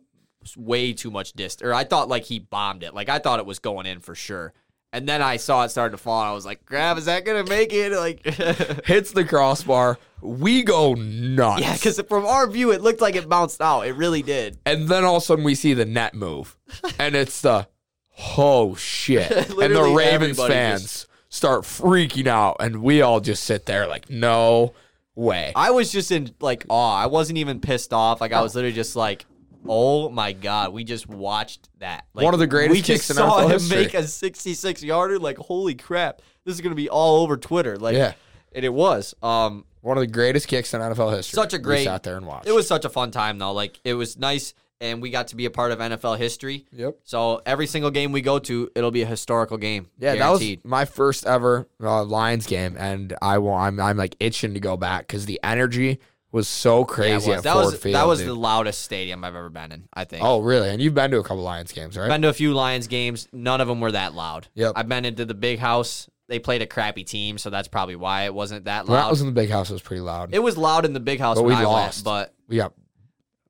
A: way too much distance, or I thought like he bombed it. Like I thought it was going in for sure. And then I saw it started to fall. And I was like, "Grab, is that gonna make it?" Like, yeah,
B: hits the crossbar. We go nuts.
A: because from our view, it looked like it bounced out. It really did.
B: and then all of a sudden we see the net move, and it's the oh shit, and the
A: Literally
B: Ravens
A: everybody
B: fans start freaking out, and we all just sit there like no way.
A: I was just in like awe. I wasn't even pissed off. Like
B: Uh,
A: I was literally just like, "Oh my god, we just watched that." Like,
B: One of the greatest
A: We just
B: kicks in
A: saw
B: NFL
A: him
B: history.
A: make a 66 yarder. Like holy crap, this is gonna be all over Twitter. Like,
B: Yeah.
A: and it was. Um,
B: One of the greatest kicks in NFL history.
A: Such a great-
B: we sat there and watched.
A: it was such a fun time though. Like it was nice, and we got to be a part of NFL history.
B: Yep.
A: So every single game we go to, it'll be a historical game.
B: Yeah,
A: guaranteed.
B: that was my first ever uh, Lions game, and I will, I'm I'm like itching to go back because the energy was so
A: Yeah, it
B: crazy
A: was.
B: at
A: That
B: Ford
A: was
B: Field.
A: that was
B: dude.
A: the loudest stadium I've ever been in. I think.
B: oh really? And you've been to a couple Lions games, right?
A: I've been to a few Lions games. None of them were that loud.
B: Yep.
A: I've been into the big house. They played a crappy team, so that's probably why it wasn't that
B: When
A: loud.
B: I was in the big house. It was pretty loud.
A: it was loud in the big house
B: But
A: when
B: we
A: I
B: lost.
A: went, but
B: we got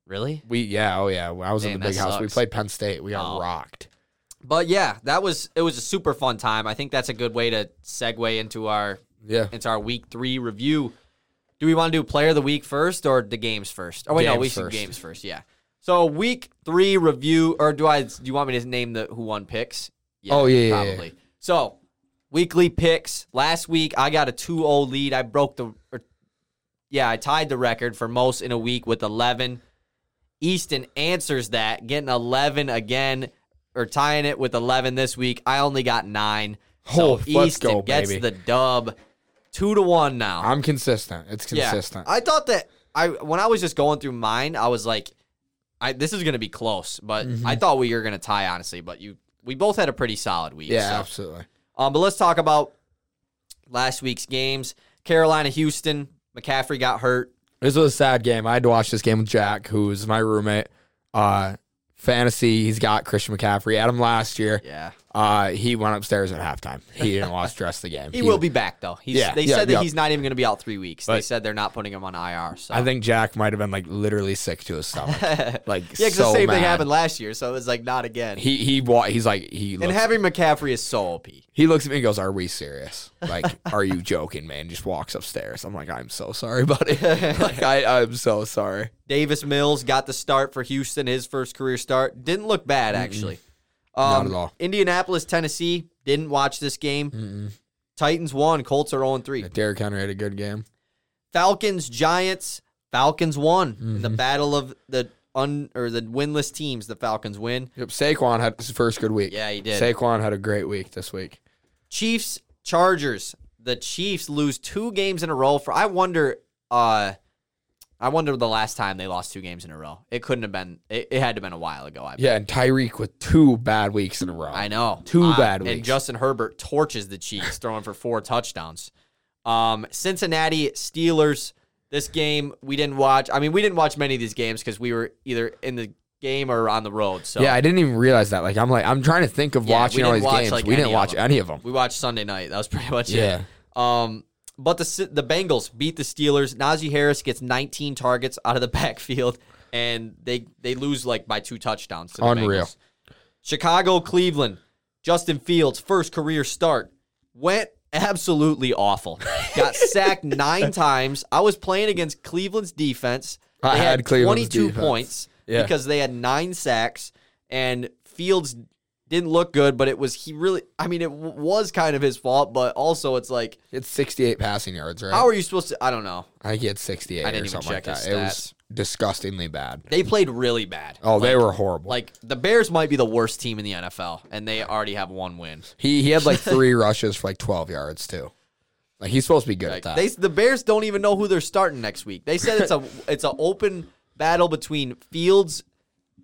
A: really?
B: We yeah oh yeah. When I was in
A: Damn,
B: the big
A: that
B: house, we
A: sucks.
B: played Penn State. We got
A: Oh.
B: rocked.
A: But yeah, that was it was a super fun time. I think that's a good way to segue into our
B: Yeah.
A: into our week three review. Do we want to do player of the week first or the games first? Oh wait, no,
B: Games
A: we should
B: first.
A: games first. Yeah. So week three review, or do I? Do you want me to name the who won picks? Yeah,
B: Oh, yeah, yeah, yeah.
A: probably. So weekly picks. Last week I got a 2-0 lead. I broke the, or, yeah, I tied the record for most in a week with eleven. Easton answers that, getting eleven again, or tying it with eleven this week. I only got nine.
B: Oh,
A: so
B: let's
A: Easton
B: go,
A: gets
B: baby.
A: the dub, two to one now.
B: I'm consistent. It's consistent.
A: I thought that I when I was just going through mine, I was like, I this is gonna be close, but
B: Mm-hmm.
A: I thought we were gonna tie honestly. But you, we both had a pretty solid week.
B: Yeah,
A: so.
B: absolutely.
A: Um, but let's talk about last week's games. Carolina, Houston. McCaffrey got hurt.
B: This was a sad game. I had to watch this game with Jack, who's my roommate. Uh, fantasy. He's got Christian McCaffrey. At him last year.
A: Yeah,
B: Uh, he went upstairs at halftime. He didn't watch the rest of the game.
A: he, will be back though. He's,
B: Yeah,
A: they
B: yeah,
A: said that
B: yeah.
A: he's not even gonna be out three weeks. they
B: But-
A: said they're not putting him on IR. So
B: I think Jack might have been like literally sick to his stomach.
A: yeah,
B: Like
A: because
B: so
A: the same thing
B: mad.
A: happened last year, so it's like not again.
B: He he wa- he's like he
A: and
B: looks,
A: having McCaffrey is so OP.
B: he looks at me and goes, "Are we serious? Like, are you joking, man?" Just walks upstairs. I'm like, "I'm so sorry, buddy. like, I I'm so sorry."
A: Davis Mills got the start for Houston, his first career start. Didn't look bad, actually. Um,
B: Not at all.
A: Indianapolis, Tennessee. Didn't watch this game. Titans won. Colts are 0 3.
B: Derrick Henry had a good game.
A: Falcons, Giants. Falcons won. In the
B: Mm-hmm.
A: battle of the un or the winless teams, the Falcons win.
B: Yep, Saquon had his first good week.
A: Yeah, he did.
B: Saquon had a great week this week.
A: Chiefs, Chargers. The Chiefs lose two games in a row for I wonder uh I wonder the last time they lost two games in a row. It couldn't have been. It, it had to have been a while ago. I bet.
B: Yeah, and Tyreek with two bad weeks in a row.
A: I know.
B: Two
A: Uh,
B: bad
A: And
B: weeks.
A: Justin Herbert torches the Chiefs, throwing for four touchdowns. Um, Cincinnati Steelers. This game we didn't watch. I mean, we didn't watch many of these games because we were either in the game or on the road. So
B: Yeah, I didn't even realize that. Like, I'm like, I'm trying to think of
A: Yeah, we
B: watching all
A: didn't
B: these
A: watch,
B: games.
A: like,
B: we
A: any of
B: didn't watch
A: them.
B: any of them.
A: we watched Sunday night. That was pretty much
B: Yeah.
A: it. Um, but the Si- the Bengals beat the Steelers. Najee Harris gets 19 targets out of the backfield, and they they lose like by two touchdowns. To the
B: Unreal.
A: Bengals. Chicago, Cleveland, Justin Fields first career start went absolutely awful. Got sacked nine times. I was playing against Cleveland's defense. They
B: I had Cleveland's
A: 22
B: defense.
A: points
B: Yeah.
A: because they had nine sacks and Fields didn't look good, but it was he really. I mean, it w- was kind of his fault, but also it's like,
B: It's 68 passing yards, right?
A: how are you supposed to? I don't know.
B: I think he had 68
A: I didn't
B: or
A: even
B: something like
A: check his
B: that. It was disgustingly bad.
A: They played really bad.
B: Oh, they
A: Like-
B: were horrible.
A: like the Bears might be the worst team in the NFL, and they already have one win.
B: he he had like three rushes for like 12 yards too. Like he's supposed to be good
A: Like,
B: at that.
A: they the Bears don't even know who they're starting next week. They said it's a it's an open battle between Fields,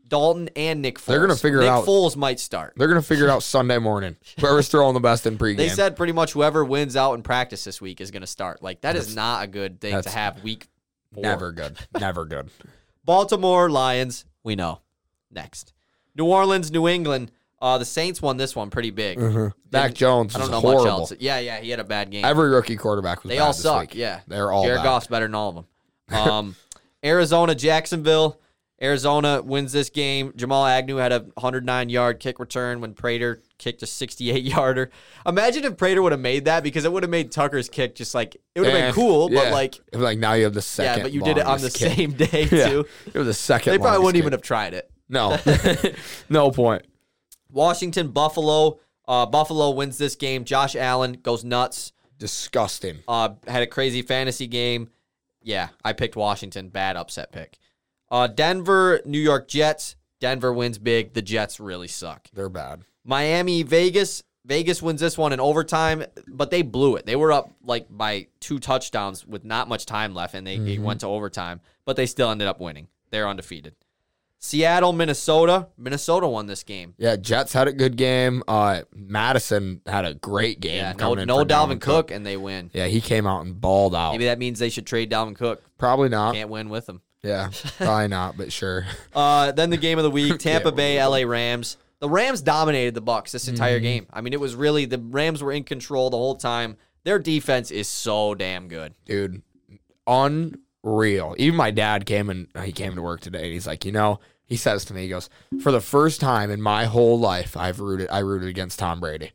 A: Dalton, and Nick. Foles.
B: They're gonna figure it
A: Nick
B: out.
A: Foles might start.
B: They're gonna figure it out Sunday morning. Whoever's throwing the best in pregame.
A: They said pretty much whoever wins out in practice this week is going to start. Like that is not a good thing to
B: that's-
A: have week four.
B: never good. Never good.
A: Baltimore Lions, we know. Next. New Orleans, New England. Uh, the Saints won this one pretty big.
B: Mm-hmm. Mac Jones
A: I
B: was
A: don't know
B: horrible.
A: much else. Yeah, yeah, he had a bad game.
B: Every rookie quarterback was
A: they
B: bad
A: all
B: this
A: suck.
B: week.
A: Yeah,
B: They're all
A: Jared
B: bad.
A: Goff's better than all of them. Um, Arizona, Jacksonville. Arizona wins this game. Jamal Agnew had a 109 yard kick return when Prater kicked a 68 yarder. Imagine if Prater would have made that because it would have made Tucker's kick just like it would have been
B: Eh,
A: cool,
B: yeah.
A: but like
B: It was like now you have the second.
A: yeah, but you did it on the
B: longest kick.
A: same day
B: Yeah.
A: too.
B: It was the second.
A: They probably
B: longest
A: wouldn't
B: kick.
A: even have tried it.
B: No, no point.
A: Washington, Buffalo. Uh, Buffalo wins this game. Josh Allen goes nuts.
B: Disgusting.
A: Uh, had a crazy fantasy game. Yeah, I picked Washington. Bad upset pick. Uh, Denver, New York Jets. Denver wins big. The Jets really suck.
B: They're bad.
A: Miami, Vegas. Vegas wins this one in overtime, but they blew it. They were up like by two touchdowns with not much time left, and they it went to overtime, but they still ended up winning. They're undefeated. Seattle, Minnesota. Minnesota won this game.
B: Yeah, Jets had a good game. Uh, Madison had a great game.
A: Yeah, no,
B: coming in
A: no
B: for
A: Dalvin Cook, and they win.
B: Yeah, he came out and balled out.
A: Maybe that means they should trade Dalvin Cook.
B: Probably not.
A: Can't win with him.
B: Yeah, probably not. But sure.
A: Uh, then the game of the week: Tampa
B: we're Mm-hmm.
A: Bay, LA Rams. The Rams dominated the Bucks this entire game. I mean, it was really the Rams were in control the whole time. Their defense is so damn good.
B: dude, unreal. Even my dad came and uh, he came to work today, and he's like, you know, he says to me, he goes, for the first time in my whole life, I've rooted, I rooted against Tom Brady.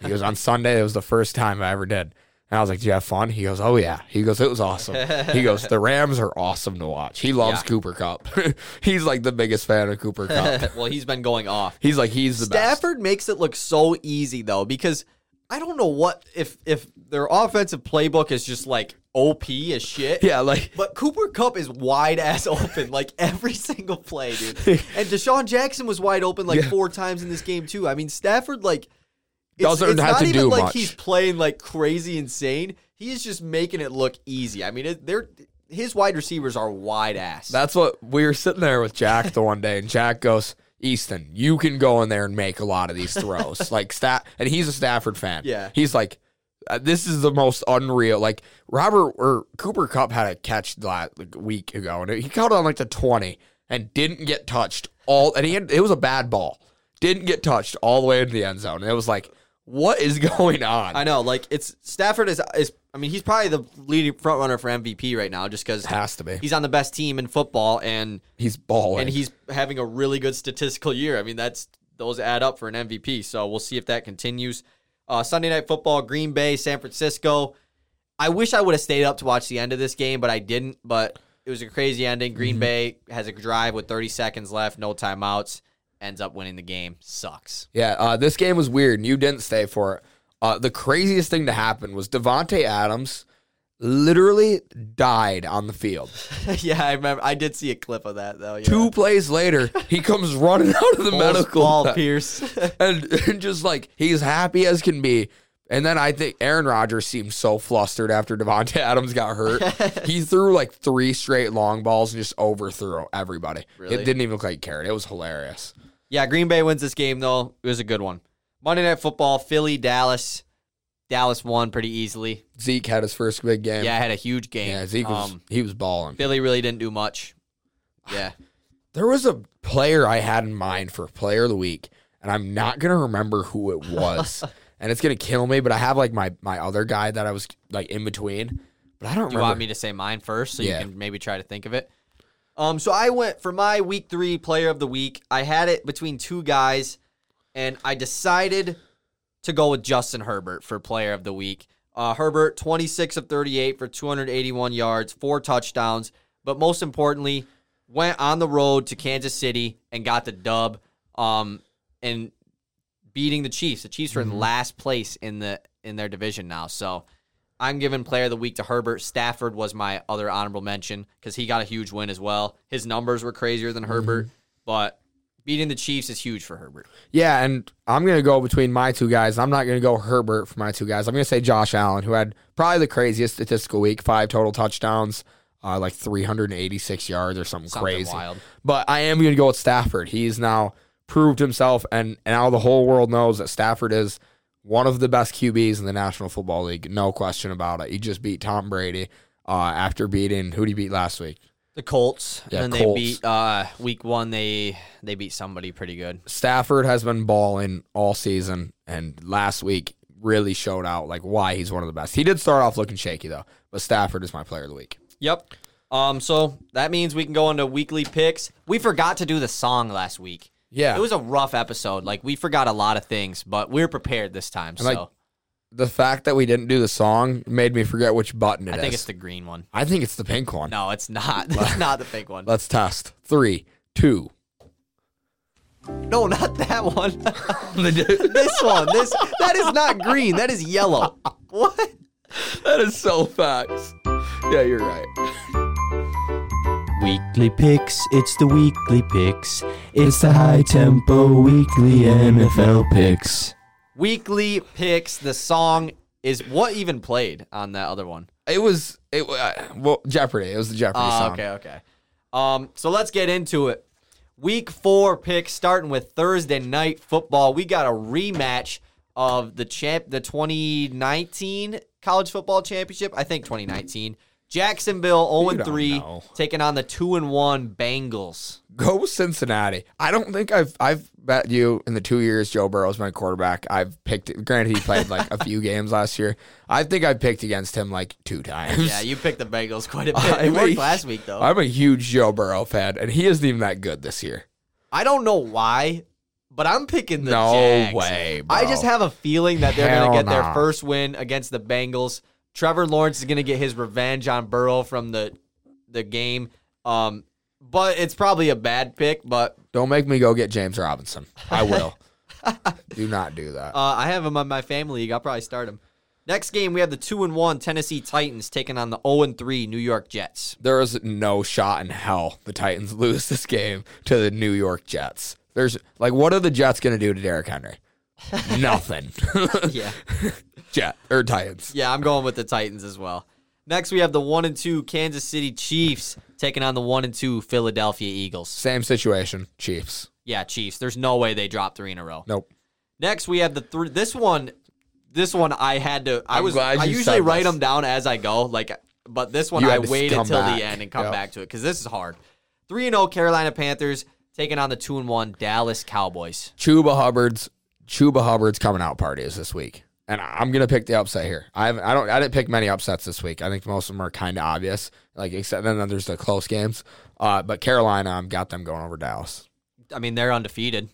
B: He goes on Sunday, it was the first time I ever did. And I was like, "Do you have fun?" He goes, "Oh yeah." He goes, "It was awesome." He goes, "The Rams are awesome to watch." He loves
A: Yeah.
B: Cooper Cup. he's like the biggest fan of Cooper Cup.
A: well, he's been going off.
B: He's like, he's the best.
A: Stafford makes it look so easy though, because I don't know what if if their offensive playbook is just like op as shit.
B: Yeah, like
A: But Cooper Cup is wide ass open like every single play, dude. And Deshaun Jackson was wide open like
B: Yeah.
A: four times in this game too. I mean Stafford like it's,
B: Doesn't
A: it's
B: have
A: not
B: to
A: even
B: do
A: like
B: much.
A: he's playing like crazy insane. He is just making it look easy. I mean, it, they're his wide receivers are wide ass.
B: That's what we were sitting there with Jack the one day, and Jack goes, Easton, you can go in there and make a lot of these throws. like stat, and he's a Stafford fan.
A: Yeah.
B: he's like, "Uh, this is the most unreal. Like Robert or Cooper Cup had a catch la like a week ago, and he caught it on like the twenty and didn't get touched all. And he had, it was a bad ball, didn't get touched all the way into the end zone. And it was like, what is going on?
A: I know, like it's Stafford is is I mean he's probably the leading front runner for MVP right now just because
B: Has to be.
A: he's on the best team in football and
B: He's balling.
A: and he's having a really good statistical year. I mean that's those add up for an MVP. So we'll see if that continues. Uh, Sunday night football, Green Bay, San Francisco. I wish I would have stayed up to watch the end of this game, but I didn't. But it was a crazy ending. Green
B: Mm-hmm.
A: Bay has a drive with 30 seconds left, no timeouts, ends up winning the game. Sucks.
B: Yeah, uh, this game was weird, and you didn't stay for it. Uh, the craziest thing to happen was Devonte Adams literally died on the field.
A: yeah, I remember. I did see a clip of that though. yeah.
B: Two plays later, he comes running out of the
A: Bulls
B: medical
A: Paul
B: tent
A: Pierce.
B: and, and just like he's happy as can be. And then I think Aaron Rodgers seemed so flustered after Devonte Adams got hurt. he threw like three straight long balls and just overthrew everybody.
A: Really?
B: It didn't even look like Karen. It was hilarious.
A: Yeah, Green Bay wins this game though. It was a good one. Monday Night Football, Philly, Dallas. Dallas won pretty easily.
B: Zeke had his first big game.
A: Yeah, I had a huge game.
B: Yeah, Zeke was
A: Um,
B: he was balling.
A: Philly really didn't do much. Yeah,
B: There was a player I had in mind for player of the week, and I'm not gonna remember who it was. and it's gonna kill me, but I have like my my other guy that I was like in between. But I don't
A: do you
B: remember.
A: want me to say mine first so
B: Yeah.
A: you can maybe try to think of it? Um, so I went for my week three player of the week. I had it between two guys, and I decided to go with Justin Herbert for player of the week. Uh, Herbert, 26 of 38 for 281 yards, four touchdowns, but most importantly, went on the road to Kansas City and got the dub um, and beating the Chiefs. The Chiefs are
B: Mm-hmm.
A: in last place in the in their division now. So I'm giving player of the week to Herbert. Stafford was my other honorable mention because he got a huge win as well. His numbers were crazier than Herbert,
B: Mm-hmm.
A: but beating the Chiefs is huge for Herbert.
B: Yeah, and I'm gonna go between my two guys. I'm not gonna go Herbert for my two guys. I'm gonna say Josh Allen, who had probably the craziest statistical week, five total touchdowns, uh, like 386 yards or something,
A: Something
B: crazy.
A: wild.
B: But I am gonna go with Stafford. He's now proved himself, and and now the whole world knows that Stafford is one of the best QBs in the National Football League, no question about it. He just beat Tom Brady uh, after beating who did he beat last week?
A: The Colts.
B: Yeah,
A: and then
B: Colts.
A: they beat uh week one they they beat somebody pretty good.
B: Stafford has been balling all season, and last week really showed out like why he's one of the best. He did start off looking shaky though, but Stafford is my player of the week.
A: Yep. Um so that means we can go into weekly picks. We forgot to do the song last week.
B: Yeah,
A: It was a rough episode. Like we forgot a lot of things, but we are prepared this time. So
B: like, the fact that we didn't do the song made me forget which button it
A: I
B: is.
A: think it's the green one.
B: I think it's the pink one.
A: No, it's not. That's not the big one.
B: Let's test three, two.
A: No, not that one. this one. This that is not green. That is yellow. What?
B: That is so facts. Yeah, you're right.
C: Weekly picks, it's the weekly picks. It's the high tempo weekly NFL picks.
A: Weekly picks. The song is what even played on that other one.
B: It was it. wa- Uh, well, Jeopardy. It was the Jeopardy
A: Ah,
B: song.
A: okay, okay. Um, so let's get into it. Week four picks, starting with Thursday night football. We got a rematch of the champ, the 2019 college football championship. I think 2019. Jacksonville 0
B: You don't
A: 3
B: know.
A: taking on the 2 and 1 Bengals.
B: Go Cincinnati. I don't think I've I've bet you in the two years Joe Burrow's my quarterback. I've picked. Granted, he played like a few games last year. I think I picked against him like two times.
A: Yeah, you picked the Bengals quite a bit.
B: I
A: it worked
B: mean-
A: last week though.
B: I'm a huge Joe Burrow fan, and he isn't even that good this year.
A: I don't know why, but I'm picking the
B: No
A: Jags.
B: way,
A: I just
B: bro.
A: have a feeling that they're going to
B: Hell
A: get their
B: nah.
A: first win against the Bengals. Trevor Lawrence is going to get his revenge on Burrow from the the game. Um, but it's probably a bad pick. But
B: Don't make me go get James Robinson. I will. do not do that.
A: uh, I have him on my family league. I'll probably start him. Next game, we have the two and one Tennessee Titans taking on the zero and three New York Jets.
B: there is no shot in hell the Titans lose this game to the New York Jets. There's like, what are the Jets going to do to Derrick Henry? Nothing.
A: Yeah.
B: Jet or Titans.
A: Yeah, I'm going with the Titans as well. Next, we have the one and two Kansas City Chiefs taking on the one and two Philadelphia Eagles.
B: Same situation. Chiefs.
A: Yeah, Chiefs. There's no way they drop three in a row.
B: Nope.
A: Next, we have the three. This one, this one, I had to. I
B: I'm
A: was.
B: glad
A: I
B: you
A: usually
B: said
A: write
B: this.
A: them down as I go. Like, but this one
B: You
A: I
B: had to
A: waited
B: come
A: till
B: back.
A: the end and come
B: Yep.
A: back to it because this is hard. Three and zero Carolina Panthers taking on the two and one Dallas Cowboys.
B: Chuba Hubbard's Chuba Hubbard's coming out party is this week, and I- I'm gonna pick the upset here. I haven't, I don't I didn't pick many upsets this week. I think most of them are kind of obvious. Like except then there's the close games. Uh, but Carolina, I've got them going over Dallas.
A: I mean, they're undefeated.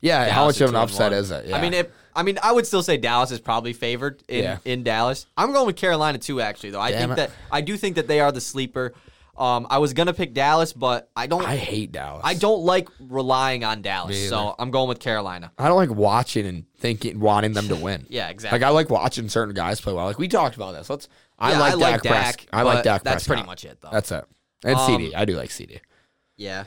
B: Yeah, how
A: Dallas at
B: much of an
A: 2 and
B: upset
A: one.
B: is it? Yeah.
A: I mean, if I mean, I would still say Dallas is probably favored in,
B: Yeah.
A: in Dallas. I'm going with Carolina too, actually. Though I
B: Damn
A: think
B: it.
A: that I do think that they are the sleeper. Um, I was gonna pick Dallas, but I don't.
B: I
A: I,
B: hate Dallas.
A: don't like relying on Dallas,
B: Me
A: so I'm going with Carolina.
B: I don't like watching and thinking, wanting them to win.
A: Yeah, exactly.
B: Like I like watching certain guys play well. Like we talked about this. Let's. I
A: Yeah,
B: like
A: I
B: Dak.
A: like
B: Pres-
A: Dak,
B: I like
A: but
B: Dak.
A: that's pretty
B: Prescott.
A: much it, though.
B: That's it. And
A: Um,
B: CD. I do like CD.
A: yeah.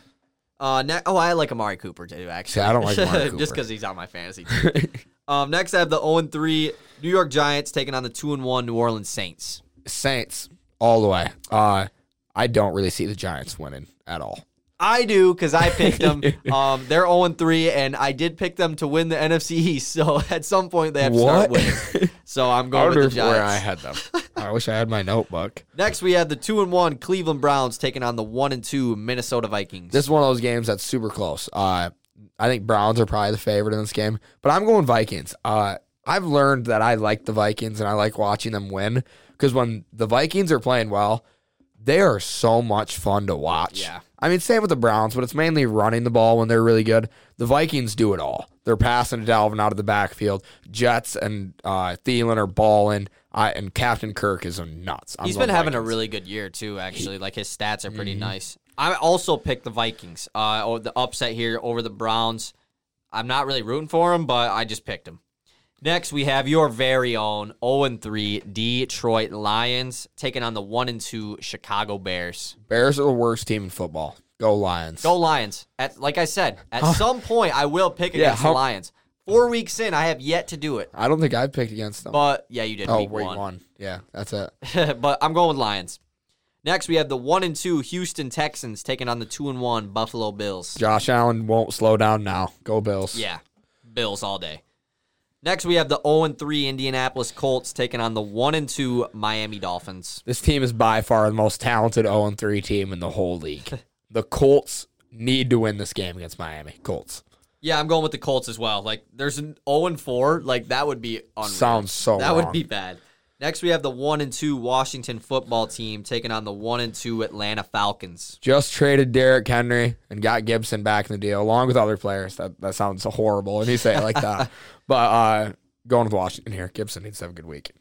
A: Uh, ne- oh, I like Amari Cooper too. Actually,
B: I don't like Amari
A: just
B: Cooper.
A: because he's on my fantasy team. Um, next, I have the 0 3 New York Giants taking on the 2 1 New Orleans Saints.
B: Saints all the way. Uh, I don't really see the Giants winning at all.
A: I do because I picked them. um, they're 0 3, and I did pick them to win the NFC East. So at some point, they have to start
B: What?
A: winning. So I'm
B: I
A: going with the
B: wonder if where
A: Giants.
B: I had them. I wish I had my notebook.
A: Next, we have the 2 and 1 Cleveland Browns taking on the 1 and 2 Minnesota Vikings.
B: This is one of those games that's super close. Uh, I think Browns are probably the favorite in this game, but I'm going Vikings. Uh, I've learned that I like the Vikings and I like watching them win because when the Vikings are playing well, they are so much fun to watch.
A: Yeah.
B: I mean, same with the Browns, but it's mainly running the ball when they're really good. The Vikings do it all. They're passing to Dalvin out of the backfield. Jets and uh, Thielen are balling. I, and Captain Kirk is a nuts. I'm
A: He's
B: going
A: been having a
B: Vikings. Mm-hmm.
A: really good year too. Actually, like his stats are pretty nice. I also picked the Vikings. Uh, or the upset here over the Browns. I'm not really rooting for him, but I just picked him. Next, we have your very own 0 3 Detroit Lions taking on the 1 and 2 Chicago Bears.
B: Bears are the worst team in football. Go Lions.
A: Go Lions. At, like I said, at some point, I will pick
B: Yeah,
A: against
B: how-
A: the Lions. Four weeks in, I have yet to do it.
B: I don't think I picked against them.
A: But yeah, you did.
B: oh,
A: week
B: week
A: one.
B: one. Yeah, that's it.
A: but I'm going with Lions. Next, we have the one and two Houston Texans taking on the two and one Buffalo Bills.
B: Josh Allen won't slow down now. Go Bills.
A: Yeah, Bills all day. Next, we have the 0 and 3 Indianapolis Colts taking on the 1 and 2 Miami Dolphins.
B: This team is by far the most talented 0 3 team in the whole league. the Colts need to win this game against Miami. Colts.
A: Yeah, I'm going with the Colts as well. Like, there's an 0 and 4. Like, that would be unreal.
B: Sounds so
A: That would
B: wrong.
A: be bad. Next, we have the 1 and 2 Washington football team taking on the 1 and 2 Atlanta Falcons.
B: Just traded Derrick Henry and got Gibson back in the deal, along with other players. That that sounds horrible when you say it like that. But uh, going with Washington here, Gibson needs to have a good week.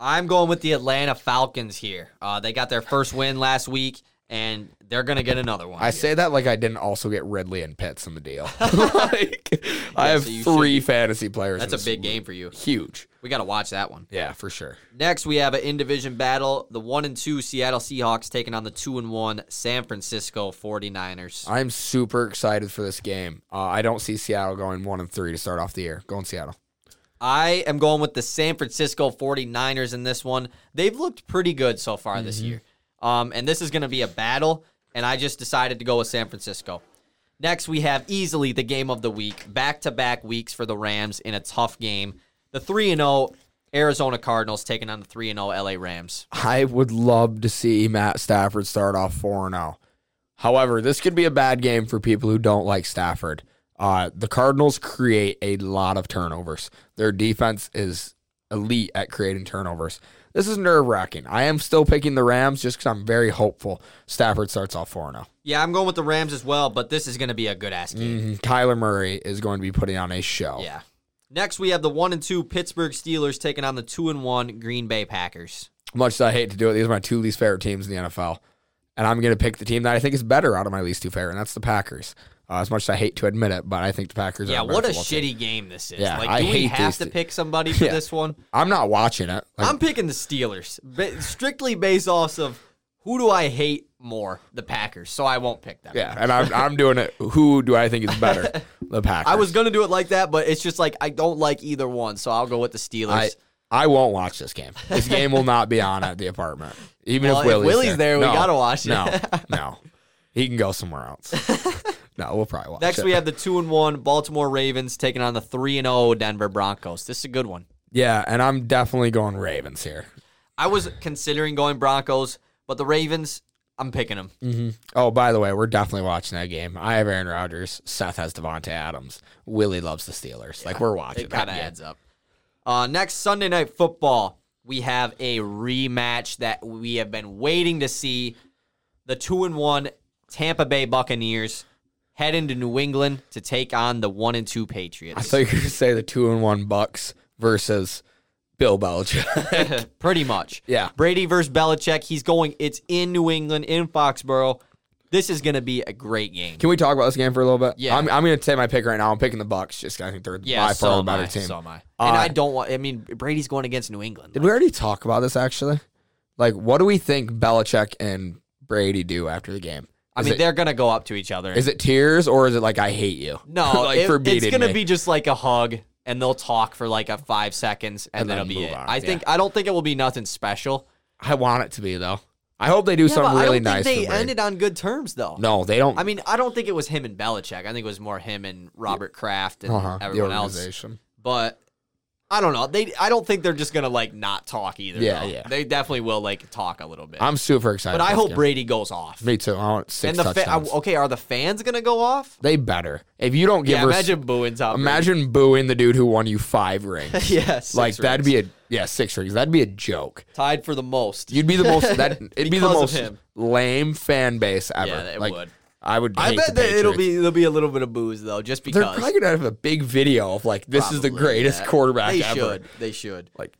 A: I'm going with the Atlanta Falcons here. Uh, they got their first win last week, and they're going to get another one.
B: I say that like I didn't also get Ridley and Pitts in the deal. like I have
A: so you should
B: three fantasy players. in
A: That's a
B: this
A: big game for you.
B: huge.
A: We got to watch that one.
B: Yeah, for sure.
A: Next, we have an in division battle the 1 and 2 Seattle Seahawks taking on the 2 and 1 San Francisco 49ers.
B: I'm super excited for this game. Uh, I don't see Seattle going one and three to start off the year. Going Seattle.
A: I am going with the San Francisco 49ers in this one. They've looked pretty good so far this year. Um, and this is going to be a battle, and I just decided to go with San Francisco. Next, we have easily the game of the week, back to back weeks for the Rams in a tough game. The 3 and 0 Arizona Cardinals taking on the 3 and 0 LA Rams.
B: I would love to see Matt Stafford start off four and zero. However, this could be a bad game for people who don't like Stafford. Uh, the Cardinals create a lot of turnovers. Their defense is elite at creating turnovers. This is nerve wracking. I am still picking the Rams just because I'm very hopeful Stafford starts off oh. 4 0.
A: Yeah, I'm going with the Rams as well, but this is going to be a good ass game.
B: Mm, Kyler Murray is going to be putting on a show.
A: Yeah. Next, we have the one and two Pittsburgh Steelers taking on the two and one Green Bay Packers.
B: much as I hate to do it, these are my two least favorite teams in the NFL. And I'm going to pick the team that I think is better out of my least two favorite, and that's the Packers. Uh, as much as I hate to admit it, but I think the Packers
A: Yeah,
B: are.
A: what a
B: better football team.
A: shitty game this is.
B: Yeah,
A: like,
B: I
A: do we
B: hate
A: have
B: these
A: to
B: two-
A: pick somebody for this one?
B: I'm not watching it. Like,
A: I'm picking the Steelers, ba- strictly based off of who do I hate more, the Packers. So I won't pick them.
B: yeah, and I'm, I'm doing it. Who do I think is better? The Packers.
A: I was gonna do it like that, but it's just like I don't like either one, so I'll go with the Steelers.
B: I, I won't watch this game. This game will not be on at the apartment. Even
A: Well,
B: if
A: if
B: Willie's,
A: Willie's there, we
B: No,
A: gotta watch it.
B: No, no. He can go somewhere else. no, we'll probably watch
A: Next,
B: it.
A: we have the two and one Baltimore Ravens taking on the three and zero Denver Broncos. This is a good one.
B: yeah, and I'm definitely going Ravens here.
A: I was considering going Broncos, but the Ravens, I'm picking them.
B: Oh, by the way, we're definitely watching that game. I have Aaron Rodgers. Seth has Devonte Adams. Willie loves the Steelers. Like we're watching.
A: It
B: that
A: kind of
B: game.
A: adds up. Uh, next Sunday night football, we have a rematch that we have been waiting to see. The two and one Tampa Bay Buccaneers head into New England to take on the one and two Patriots.
B: I thought you were gonna say the two and one Bucks versus Bill Belichick.
A: Pretty much.
B: Yeah.
A: Brady versus Belichick. He's going. It's in New England in Foxborough. This is going to be a great game.
B: Can we talk about this game for a little bit?
A: Yeah.
B: I'm, I'm gonna say my pick right now. I'm picking the Bucks. Just 'cause I think they're
A: Yeah,
B: by
A: so
B: far the
A: am
B: better
A: I,
B: team.
A: So am I. and
B: Uh,
A: I don't want. I mean, Brady's going against New England.
B: Did we already talk about this actually? Like, what do we think Belichick and Brady do after the game?
A: I
B: Is
A: mean,
B: it-
A: they're gonna go up to each other.
B: is it tears or is it like I hate you?
A: no,
B: like
A: it-
B: for beating
A: it's gonna
B: me?
A: be just like a hug. and they'll talk for like a five seconds, and,
B: And
A: then
B: then
A: it'll be
B: move
A: it.
B: on,
A: I
B: yeah.
A: think I don't think it will be nothing special.
B: I want it to be though. I hope they do
A: Yeah,
B: something
A: but
B: really
A: I don't
B: nice.
A: Think
B: for
A: they
B: Brady.
A: ended on good terms though.
B: no, they don't.
A: I mean, I don't think it was him and Belichick. I think it was more him and Robert Kraft and
B: uh-huh, the
A: everyone else.
B: organization.
A: But I don't know. They I don't think they're just gonna like not talk either.
B: Yeah,
A: though.
B: yeah.
A: They definitely will like talk a little bit.
B: I'm super excited.
A: but I
B: for this
A: hope
B: game.
A: Brady goes off.
B: Me too. I want six
A: And the fa-
B: touchdowns.
A: okay, are the fans gonna go off?
B: they better. If you don't give
A: Yeah,
B: her,
A: imagine booing Tom. Brady.
B: imagine booing the dude who won you five rings.
A: yeah, six
B: like that'd
A: rings.
B: be a yeah six rings. That'd be a joke.
A: tied for the most.
B: You'd be the most. That it'd be the
A: Because
B: most
A: of him.
B: lame fan base ever.
A: Yeah, it
B: Like,
A: would.
B: I would.
A: I
B: hate
A: bet
B: the
A: that it'll
B: Patriots.
A: be there'll be a little bit of booze though, just because.
B: They're probably gonna have a big video of like this is the
A: Probably,
B: greatest
A: yeah.
B: quarterback
A: They
B: ever.
A: should. They should.
B: Like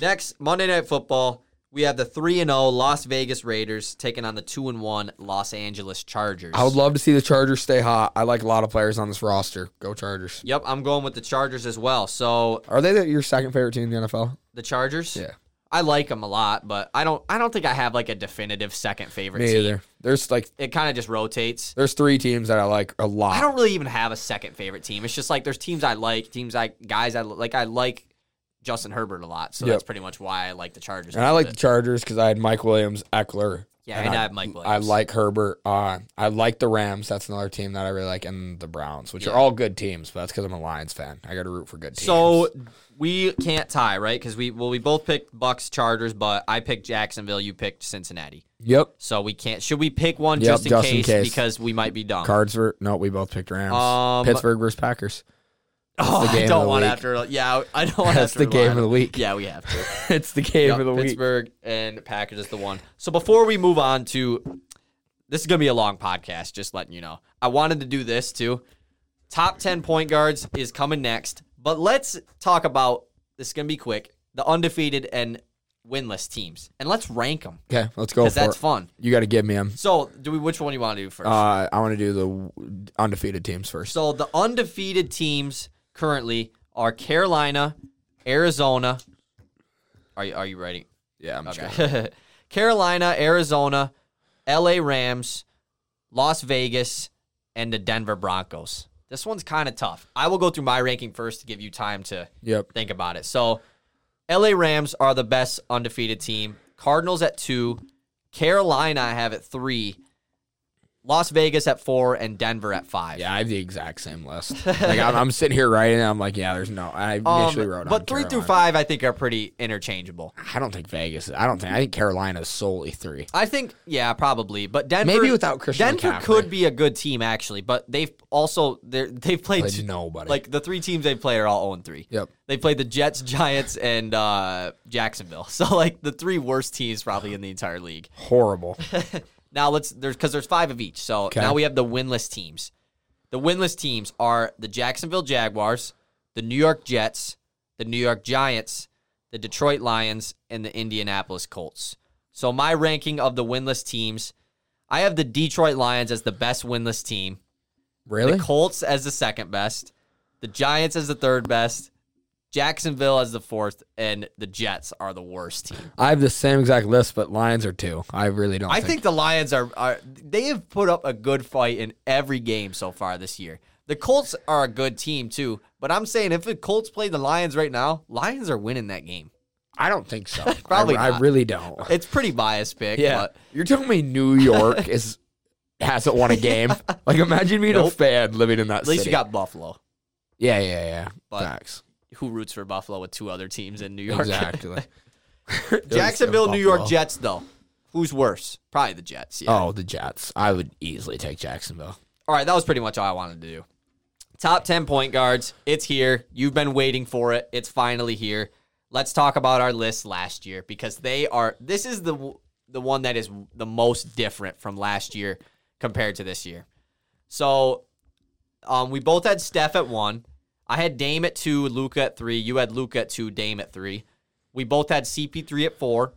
A: Next Monday Night Football, we have the three and zero Las Vegas Raiders taking on the two and one Los Angeles Chargers.
B: I would love to see the Chargers stay hot. I like a lot of players on this roster. Go Chargers.
A: Yep, I'm going with the Chargers as well. So
B: Are they the, your second favorite team in the NFL?
A: the Chargers,
B: Yeah.
A: I like them a lot, but I don't. I don't think I have like a definitive second favorite
B: Me
A: team.
B: either. There's like
A: It kind of just rotates.
B: there's three teams that I like a lot.
A: I don't really even have a second favorite team. It's just like there's teams I like, teams I guys I like. I like Justin Herbert a lot, so
B: Yep.
A: that's pretty much why I like the Chargers.
B: and
A: a
B: I
A: little
B: like the
A: bit.
B: Chargers because I had Mike Williams, Eckler.
A: Yeah, and I have Mike
B: I
A: Williams.
B: like Herbert. Uh, I like the Rams. That's another team that I really like, and the Browns, which
A: Yeah.
B: are all good teams. But that's because I'm a Lions fan. I got to root for good teams.
A: So we can't tie, right? Because we well, we both picked Bucks Chargers, but I picked Jacksonville. You picked Cincinnati.
B: yep,
A: So we can't. Should we pick one
B: Yep,
A: just, in,
B: just in
A: case,
B: case.
A: Because we might be dumb.
B: Cards were no. We both picked Rams.
A: Um,
B: Pittsburgh versus Packers.
A: oh,
B: the game
A: I
B: of
A: don't
B: the
A: want
B: week.
A: after. Yeah, I don't want
B: That's
A: after
B: the game of
A: lineup.
B: the week.
A: Yeah, we have to.
B: it's the game
A: Yep,
B: of the week.
A: Pittsburgh and Packers is the one. So before we move on to this is gonna be a long podcast, just letting you know. I wanted to do this too. Top ten point guards is coming next, but let's talk about this is gonna be quick. The undefeated and winless teams, and let's rank them
B: Okay, let's go for
A: because that's
B: it.
A: fun.
B: You got to give me them.
A: So, do we? Which one you want to do first?
B: Uh, I want to do the w- undefeated teams first.
A: so the undefeated teams currently are Carolina, Arizona. Are you Are you ready?
B: Yeah, I'm okay.
A: Okay. Carolina, Arizona, LA Rams, Las Vegas, and the Denver Broncos. This one's kind of tough. I will go through my ranking first to give you time to
B: Yep.
A: think about it. So, LA Rams are the best undefeated team. Cardinals at two. Carolina, I have at three. Las Vegas at four, and Denver at five.
B: Yeah, I have the exact same list. Like I'm, I'm sitting here writing, and I'm like, yeah, there's no. I
A: Um,
B: initially wrote,
A: but
B: on
A: three through
B: Carolina.
A: five, I think, are pretty interchangeable.
B: I don't think Vegas. I don't think. I think Carolina's solely three.
A: I think, yeah, probably. But Denver,
B: Maybe without Christian
A: Denver
B: McCaffrey.
A: could be a good team actually, but they've also they're, they've played,
B: Played
A: two-
B: nobody.
A: Like the three teams they play are all 0 three.
B: Yep.
A: They played the Jets, Giants, and uh, Jacksonville. So like the three worst teams probably in the entire league.
B: Horrible.
A: Now let's there's because there's five of each. So now we have the winless teams. The winless teams are the Jacksonville Jaguars, the New York Jets, the New York Giants, the Detroit Lions, and the Indianapolis Colts. So my ranking of the winless teams, I have the Detroit Lions as the best winless team,
B: Really?
A: the Colts as the second best, the Giants as the third best, Jacksonville as the fourth, and the Jets are the worst team.
B: I have the same exact list, but Lions are two. I really don't.
A: I
B: think,
A: think the Lions are, are they have put up a good fight in every game so far this year. The Colts are a good team too, but I'm saying if the Colts play the Lions right now, Lions are winning that game.
B: I don't think so.
A: Probably
B: I, I
A: not.
B: really don't.
A: It's pretty biased pick, but
B: You're telling me New York is hasn't won a game? Like imagine being a
A: Nope.
B: fan living in that.
A: at least
B: city.
A: you got Buffalo,
B: Yeah, yeah, yeah.
A: But-
B: Facts.
A: who roots for Buffalo with two other teams in New York.
B: Exactly.
A: Jacksonville, New York
B: Buffalo.
A: Jets though. Who's worse? Probably the Jets. Yeah.
B: Oh, the Jets. I would easily take Jacksonville.
A: All right, that was pretty much all I wanted to do. Top 10 point guards. It's here. You've been waiting for it. It's finally here. Let's talk about our list last year because they are this is the w- the one that is the most different from last year compared to this year. So, um, we both had Steph at 1. I had Dame at 2, Luca at 3. You had Luca at 2, Dame at 3. We both had CP3 at 4.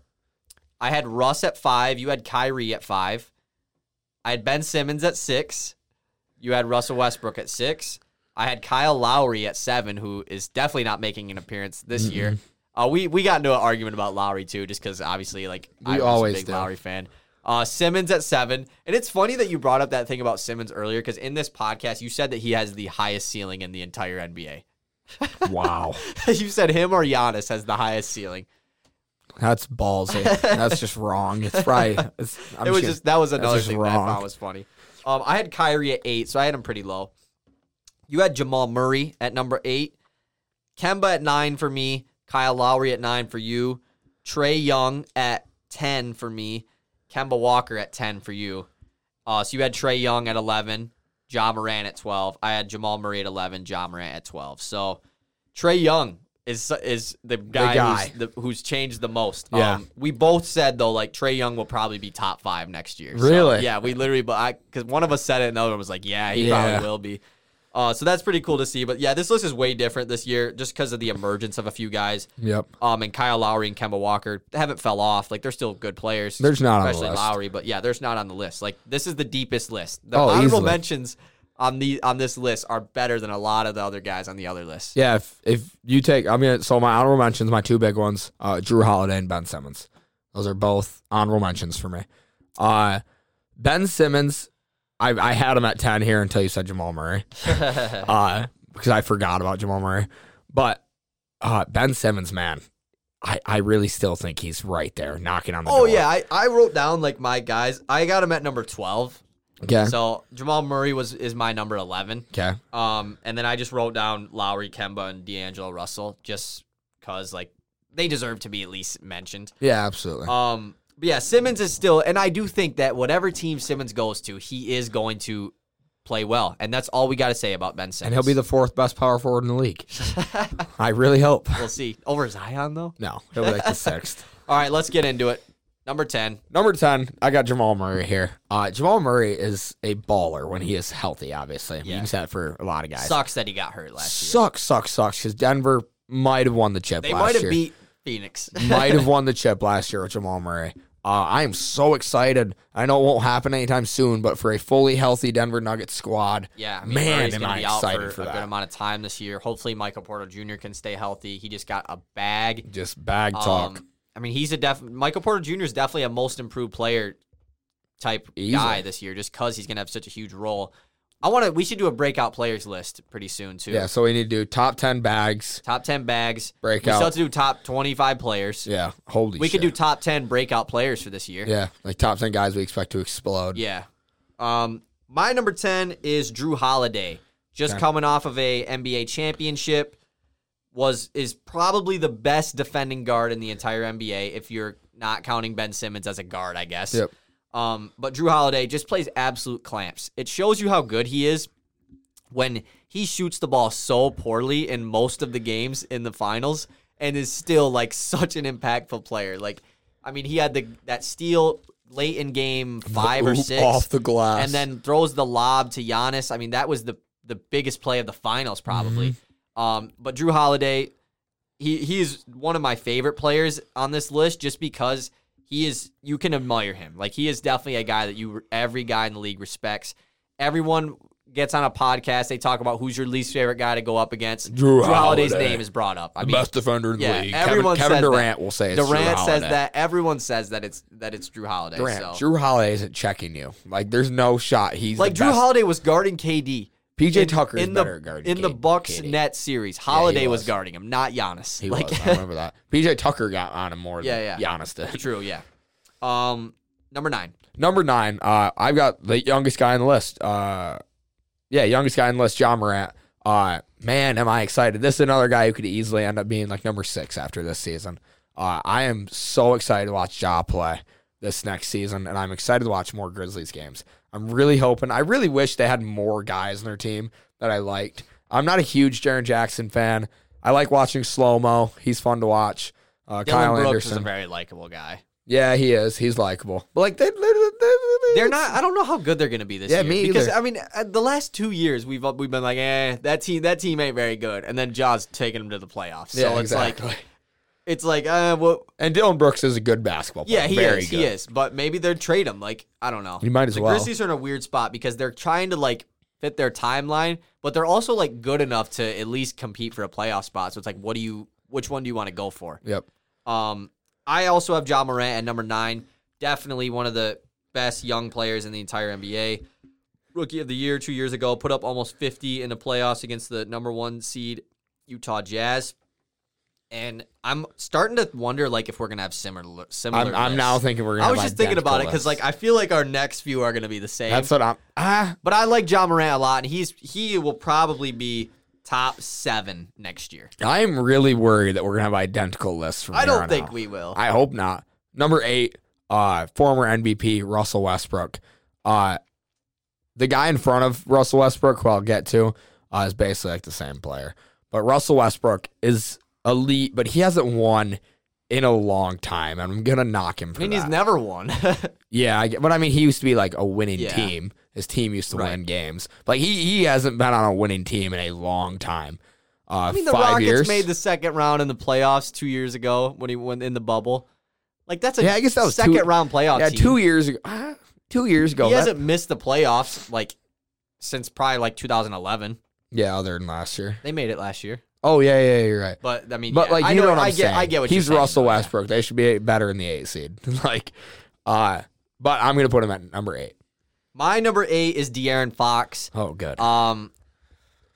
A: I had Russ at 5, you had Kyrie at 5. I had Ben Simmons at 6. You had Russell Westbrook at six. I had Kyle Lowry at seven, who is definitely not making an appearance this year. Uh, we we got into an argument about Lowry too, just because obviously, like
B: We
A: I was
B: always
A: a big
B: do.
A: Lowry fan. Uh, Simmons at seven, and it's funny that you brought up that thing about Simmons earlier, because in this podcast you said that he has the highest ceiling in the entire NBA.
B: Wow.
A: you said him or Giannis has the highest ceiling.
B: That's ballsy. That's just wrong. It's probably. It's, I'm
A: it was
B: gonna-
A: just that was another
B: just
A: thing that I
B: wrong.
A: thought was funny. Um, I had Kyrie at eight, so I had him pretty low. You had Jamal Murray at number eight, Kemba at nine for me, Kyle Lowry at nine for you, Trey Young at ten for me, Kemba Walker at ten for you. Uh, so you had Trey Young at eleven, Ja Moran at twelve. I had Jamal Murray at eleven, Ja Moran at twelve. So Trey Young is is the guy,
B: guy.
A: Who's, the, who's changed the most.
B: Yeah.
A: Um, we both said though, like Trey Young will probably be top five next year. So,
B: Really?
A: yeah, we literally, but I because one of us said it, and the other one was like, yeah, he
B: Yeah.
A: probably will be. Uh, so that's pretty cool to see. But yeah, this list is way different this year just because of the emergence of a few guys.
B: Yep.
A: Um, and Kyle Lowry and Kemba Walker they haven't fell off. Like they're still good players.
B: There's not on the
A: especially
B: list.
A: Lowry, but yeah, there's not on the list. Like this is the deepest list. The
B: Oh,
A: honorable
B: easily.
A: mentions on the on this list are better than a lot of the other guys on the other list.
B: Yeah. If if you take, I mean, so my honorable mentions, my two big ones, uh, Drew Holiday and Ben Simmons. Those are both honorable mentions for me. Uh, Ben Simmons, I I had him at ten here until you said Jamal Murray. uh, because I forgot about Jamal Murray. But uh, Ben Simmons, man, I, I really still think he's right there knocking on the
A: Oh
B: door.
A: yeah, I, I wrote down like my guys. I got him at number twelve.
B: Okay.
A: So Jamal Murray was is my number eleven.
B: okay.
A: Um, and then I just wrote down Lowry, Kemba, and D'Angelo Russell just cause like they deserve to be at least mentioned.
B: Yeah, absolutely.
A: Um, but yeah, Simmons is still, and I do think that whatever team Simmons goes to, he is going to play well, and that's all we got to say about Ben
B: and
A: Simmons.
B: he'll be the fourth best power forward in the league. I really hope.
A: we'll see over Zion though.
B: No, he'll be like the sixth.
A: All right, let's get into it. Number ten.
B: Number 10, I got Jamal Murray here. Uh, Jamal Murray is a baller when he is healthy, obviously. You can say that for a lot of guys.
A: Sucks that he got hurt last year.
B: sucks, sucks, sucks, because Denver might have won the chip
A: They
B: last
A: might have
B: year.
A: beat Phoenix.
B: might have won the chip last year with Jamal Murray. Uh, I am so excited. I know it won't happen anytime soon, but for a fully healthy Denver Nuggets squad,
A: Yeah, I mean,
B: man,
A: Murray's
B: am
A: gonna
B: I
A: be out
B: excited for
A: a
B: that.
A: good amount of time this year. Hopefully, Michael Porter Jr. can stay healthy. He just got a bag.
B: just bag talk.
A: Um, I mean, he's a def. Michael Porter Jr. is definitely a most improved player type guy
B: Easily.
A: this year, just because he's gonna have such a huge role. I want to. We should do a breakout players list pretty soon too.
B: yeah, so we need to do top 10 bags.
A: Top ten bags. We
B: Breakout.
A: still have to do top twenty-five players.
B: Yeah, holy
A: we
B: shit.
A: could do top ten breakout players for this year.
B: Yeah, like top 10 guys we expect to explode.
A: Yeah. Um, my number ten is Drew Holiday, just coming off of a NBA championship. Was is probably the best defending guard in the entire NBA if you're not counting Ben Simmons as a guard, I guess.
B: Yep.
A: Um, but Drew Holiday just plays absolute clamps. It shows you how good he is when he shoots the ball so poorly in most of the games in the finals and is still like such an impactful player. Like, I mean, he had the that steal late in game five or
B: Oop,
A: six,
B: Off the glass.
A: and then throws the lob to Giannis. I mean, that was the the biggest play of the finals probably.
B: Mm-hmm.
A: Um, but Drew Holiday, he he's one of my favorite players on this list just because he is you can admire him. Like he is definitely a guy that you every guy in the league respects. Everyone gets on a podcast, they talk about who's your least favorite guy to go up against.
B: Drew
A: Holiday's
B: Holiday.
A: name is brought up. I mean,
B: best defender in the
A: yeah,
B: league.
A: everyone
B: Kevin, Kevin
A: says
B: Durant
A: that.
B: will say it's Drew
A: Durant says
B: Holiday.
A: that. Everyone says that it's that it's Drew Holiday.
B: Durant,
A: so.
B: Drew Holiday isn't checking you. Like, there's no shot. He's
A: like
B: the
A: Drew
B: best.
A: Holiday was guarding KD.
B: PJ
A: in-
B: Tucker is
A: in the
B: better at guarding
A: in the
B: K-
A: Bucks
B: KD.
A: net series. Holiday was.
B: was.
A: guarding him, not Giannis.
B: He
A: like
B: was. I remember that. PJ Tucker got on him more
A: Yeah,
B: than
A: yeah.
B: Giannis did.
A: true, yeah. Um, number nine.
B: Number nine, uh, I've got the youngest guy on the list. Uh, yeah, youngest guy on the list, John Morant. Uh, man, am I excited. This is another guy who could easily end up being like number six after this season. Uh, I am so excited to watch Ja play this next season, and I'm excited to watch more Grizzlies games. I'm really hoping, I really wish they had more guys on their team that I liked. I'm not a huge Jaren Jackson fan. I like watching slow mo, he's fun to watch. Uh,
A: Dylan
B: Kyle
A: Brooks
B: Anderson.
A: is a very likable guy.
B: Yeah, he is. He's likable. But like they, they, they,
A: They're not. I don't know how good they're going to be this
B: Yeah,
A: year.
B: me
A: because
B: either.
A: I mean, uh, the last two years we've we've been like, eh, that team that team ain't very good, and then Jaws taking them to the playoffs. So
B: Yeah,
A: it's
B: exactly.
A: like it's like, uh, well,
B: and Dylan Brooks is a good basketball player.
A: yeah, he
B: Very
A: is,
B: Good.
A: he is, but maybe they'd trade him. Like I don't know.
B: You might as
A: the
B: well.
A: Grizzlies are in a weird spot because they're trying to like fit their timeline, but they're also like good enough to at least compete for a playoff spot. So it's like, what do you? Which one do you want to go for?
B: Yep.
A: Um, I also have John Morant at number nine. Definitely one of the best young players in the entire NBA. Rookie of the year two years ago, put up almost 50 in the playoffs against the number one seed Utah Jazz, and I'm starting to wonder like if we're gonna have similar similar.
B: I'm, I'm
A: lists.
B: now thinking we're. Gonna
A: I was
B: have
A: just thinking about it
B: identical
A: because like
B: lists.
A: I feel like our next few are gonna be the same.
B: that's what I'm. Ah,
A: but I like John Morant a lot, and he's he will probably be top seven next year.
B: I'm really worried that we're gonna have identical lists. From
A: I
B: here
A: don't
B: on
A: think
B: out.
A: we will.
B: I hope not. Number eight, uh, former MVP Russell Westbrook. Uh, the guy in front of Russell Westbrook, who I'll get to, uh, is basically like the same player. But Russell Westbrook is elite, but he hasn't won in a long time, and I'm gonna knock him
A: I
B: for
A: mean,
B: that.
A: he's never won.
B: yeah, I get, but I mean, he used to be like a winning
A: Yeah.
B: team. His team used to
A: Right.
B: win games. Like he he hasn't been on a winning team in a long time. Uh,
A: I mean, the
B: five
A: Rockets
B: years.
A: made the second round in the playoffs two years ago when he went in the bubble. Like that's a
B: Yeah, I guess that was two-
A: second round playoff.
B: yeah
A: team.
B: two years ago. ah, two years ago.
A: He
B: That-
A: hasn't missed the playoffs like since probably like 2011.
B: yeah, other than last year.
A: They made it last year,
B: Oh yeah, yeah, yeah, you're right.
A: but I mean,
B: But
A: yeah,
B: like you
A: I
B: know, what I'm
A: I
B: saying.
A: get, I get what
B: he's
A: you're saying,
B: Russell
A: though, yeah.
B: Westbrook. They should be better in the eight seed. like, uh, but I'm gonna put him at number eight.
A: My number eight is De'Aaron Fox.
B: Oh, good.
A: Um,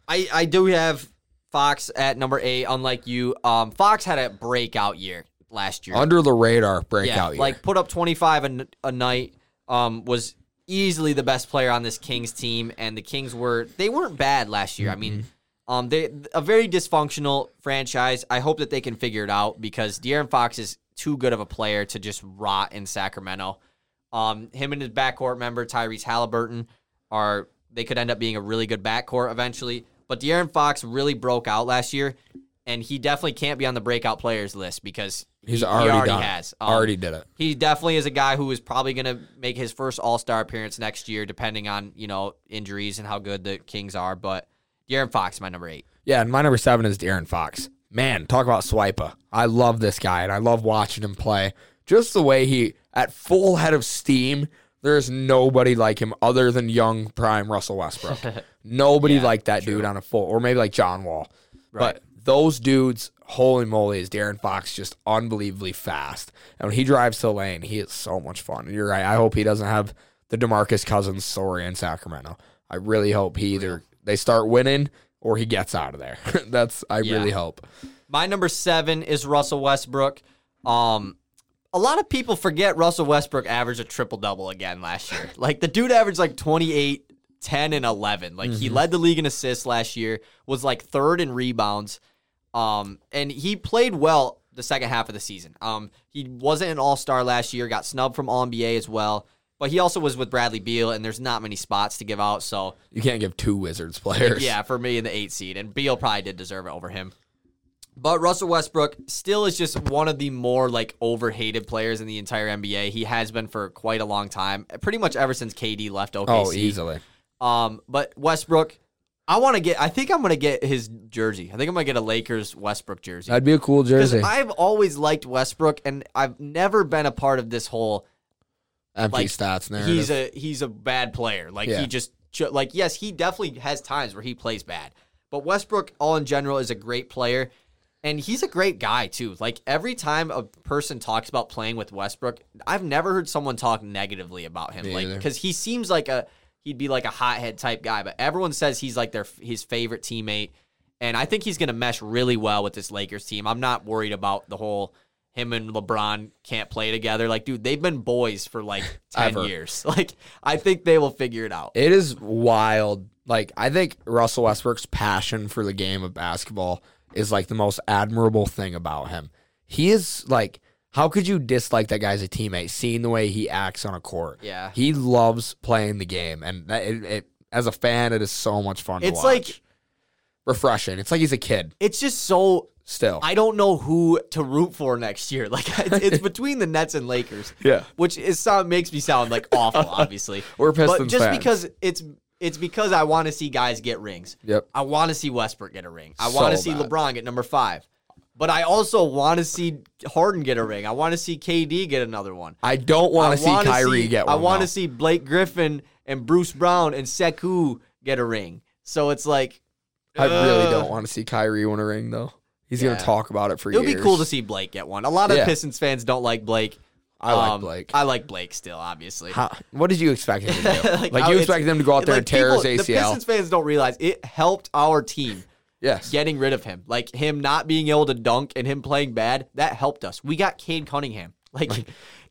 A: I I do have Fox at number eight. Unlike you, um, Fox had a breakout year last year.
B: Under the radar breakout year.
A: Like put up 25 a, n- a night. Um, was easily the best player on this Kings team, and the Kings were they weren't bad last year. I mean,
B: Mm-hmm.
A: um, they a very dysfunctional franchise. I hope that they can figure it out because De'Aaron Fox is too good of a player to just rot in Sacramento. Um, him and his backcourt member Tyrese Halliburton are they could end up being a really good backcourt eventually. But De'Aaron Fox really broke out last year, and he definitely can't be on the breakout players list because
B: he's
A: he- he
B: already, done it.
A: has Um,
B: already did it.
A: he definitely is a guy who is probably going to make his first All Star appearance next year, depending on you know injuries and how good the Kings are. But De'Aaron Fox, my number eight.
B: Yeah, and my number seven is Darren Fox. Man, talk about swiper. I love this guy, and I love watching him play. Just the way he, at full head of steam, there's nobody like him other than young prime Russell Westbrook. nobody like that dude on a full, or maybe like John Wall. But those dudes, holy moly, is Darren Fox just unbelievably fast. And when he drives to the lane, he is so much fun. And You're right. I hope he doesn't have the DeMarcus Cousins story in Sacramento. I really hope he either they start winning or he gets out of there. That's I
A: Yeah.
B: really hope.
A: My number seven is Russell Westbrook. Um, a lot of people forget Russell Westbrook averaged a triple double again last year. Like the dude averaged like 28, 10, and 11. Like he led the league in assists last year, was like third in rebounds. Um, and he played well the second half of the season. Um, he wasn't an all star last year, got snubbed from All NBA as well. But he also was with Bradley Beal, and there's not many spots to give out. So,
B: You can't give two Wizards players.
A: yeah, for me in the eight seed, and Beal probably did deserve it over him. But Russell Westbrook still is just one of the more like overhated players in the entire NBA. He has been for quite a long time, pretty much ever since KD left OKC.
B: Oh, easily.
A: Um, but Westbrook, I want to get. I think I'm gonna get his jersey. I think I'm gonna get a Lakers Westbrook jersey.
B: That'd be a cool
A: Because
B: jersey.
A: I've always liked Westbrook, and I've never been a part of this whole
B: Empty
A: like,
B: stats narrative.
A: he's a he's a bad player. Like
B: Yeah.
A: he just cho- like yes, he definitely has times where he plays bad. But Westbrook, all in general, is a great player, and he's a great guy too. Like every time a person talks about playing with Westbrook, I've never heard someone talk negatively about him.
B: Me
A: like
B: either.
A: because he seems like a he'd be like a hothead type guy, but everyone says he's like their his favorite teammate, and I think he's gonna mesh really well with this Lakers team. I'm not worried about the whole. Him and LeBron can't play together. Like, dude, they've been boys for like 10
B: Ever.
A: years. Like, I think they will figure it out.
B: It is wild. Like I think Russell Westbrook's passion for the game of basketball is like the most admirable thing about him. He is like how could you dislike that guy as a teammate seeing the way he acts on a court?
A: Yeah.
B: He loves playing the game and that, it, it as a fan it is so much fun to
A: It's
B: watch.
A: like-
B: refreshing. It's like he's a kid
A: It's just so
B: still.
A: I don't know who to root for next year. Like it's, it's between the Nets and Lakers.
B: Yeah.
A: which is sound makes me sound like awful. Obviously,
B: We're
A: but
B: Pistons
A: just
B: fans.
A: because it's it's because I want to see guys get rings.
B: Yep.
A: I want to see Westbrook get a ring. I want to
B: So
A: see
B: bad.
A: LeBron get number five. But I also want to see Harden get a ring. I want to see KD get another one.
B: I don't want to see
A: wanna
B: Kyrie
A: see-
B: get one.
A: I want
B: though.
A: to see Blake Griffin and Bruce Brown and Sekou get a ring. So it's like uh,
B: I really
A: Ugh.
B: don't want to see Kyrie win a ring though. He's
A: Yeah.
B: gonna talk about it for
A: It would
B: years.
A: be cool to see Blake get one. A lot of
B: Yeah.
A: Pistons fans don't like Blake.
B: I like
A: Um,
B: Blake.
A: I like Blake still, obviously.
B: How, what did you expect him to do? like,
A: how
B: you
A: it's-
B: expected him to go out there
A: like,
B: and tear
A: people-
B: his
A: The
B: ACL.
A: Pistons fans don't realize it helped our team.
B: Yes.
A: getting rid of him. Like him not being able to dunk and him playing bad, that helped us. We got Cade Cunningham. Like, do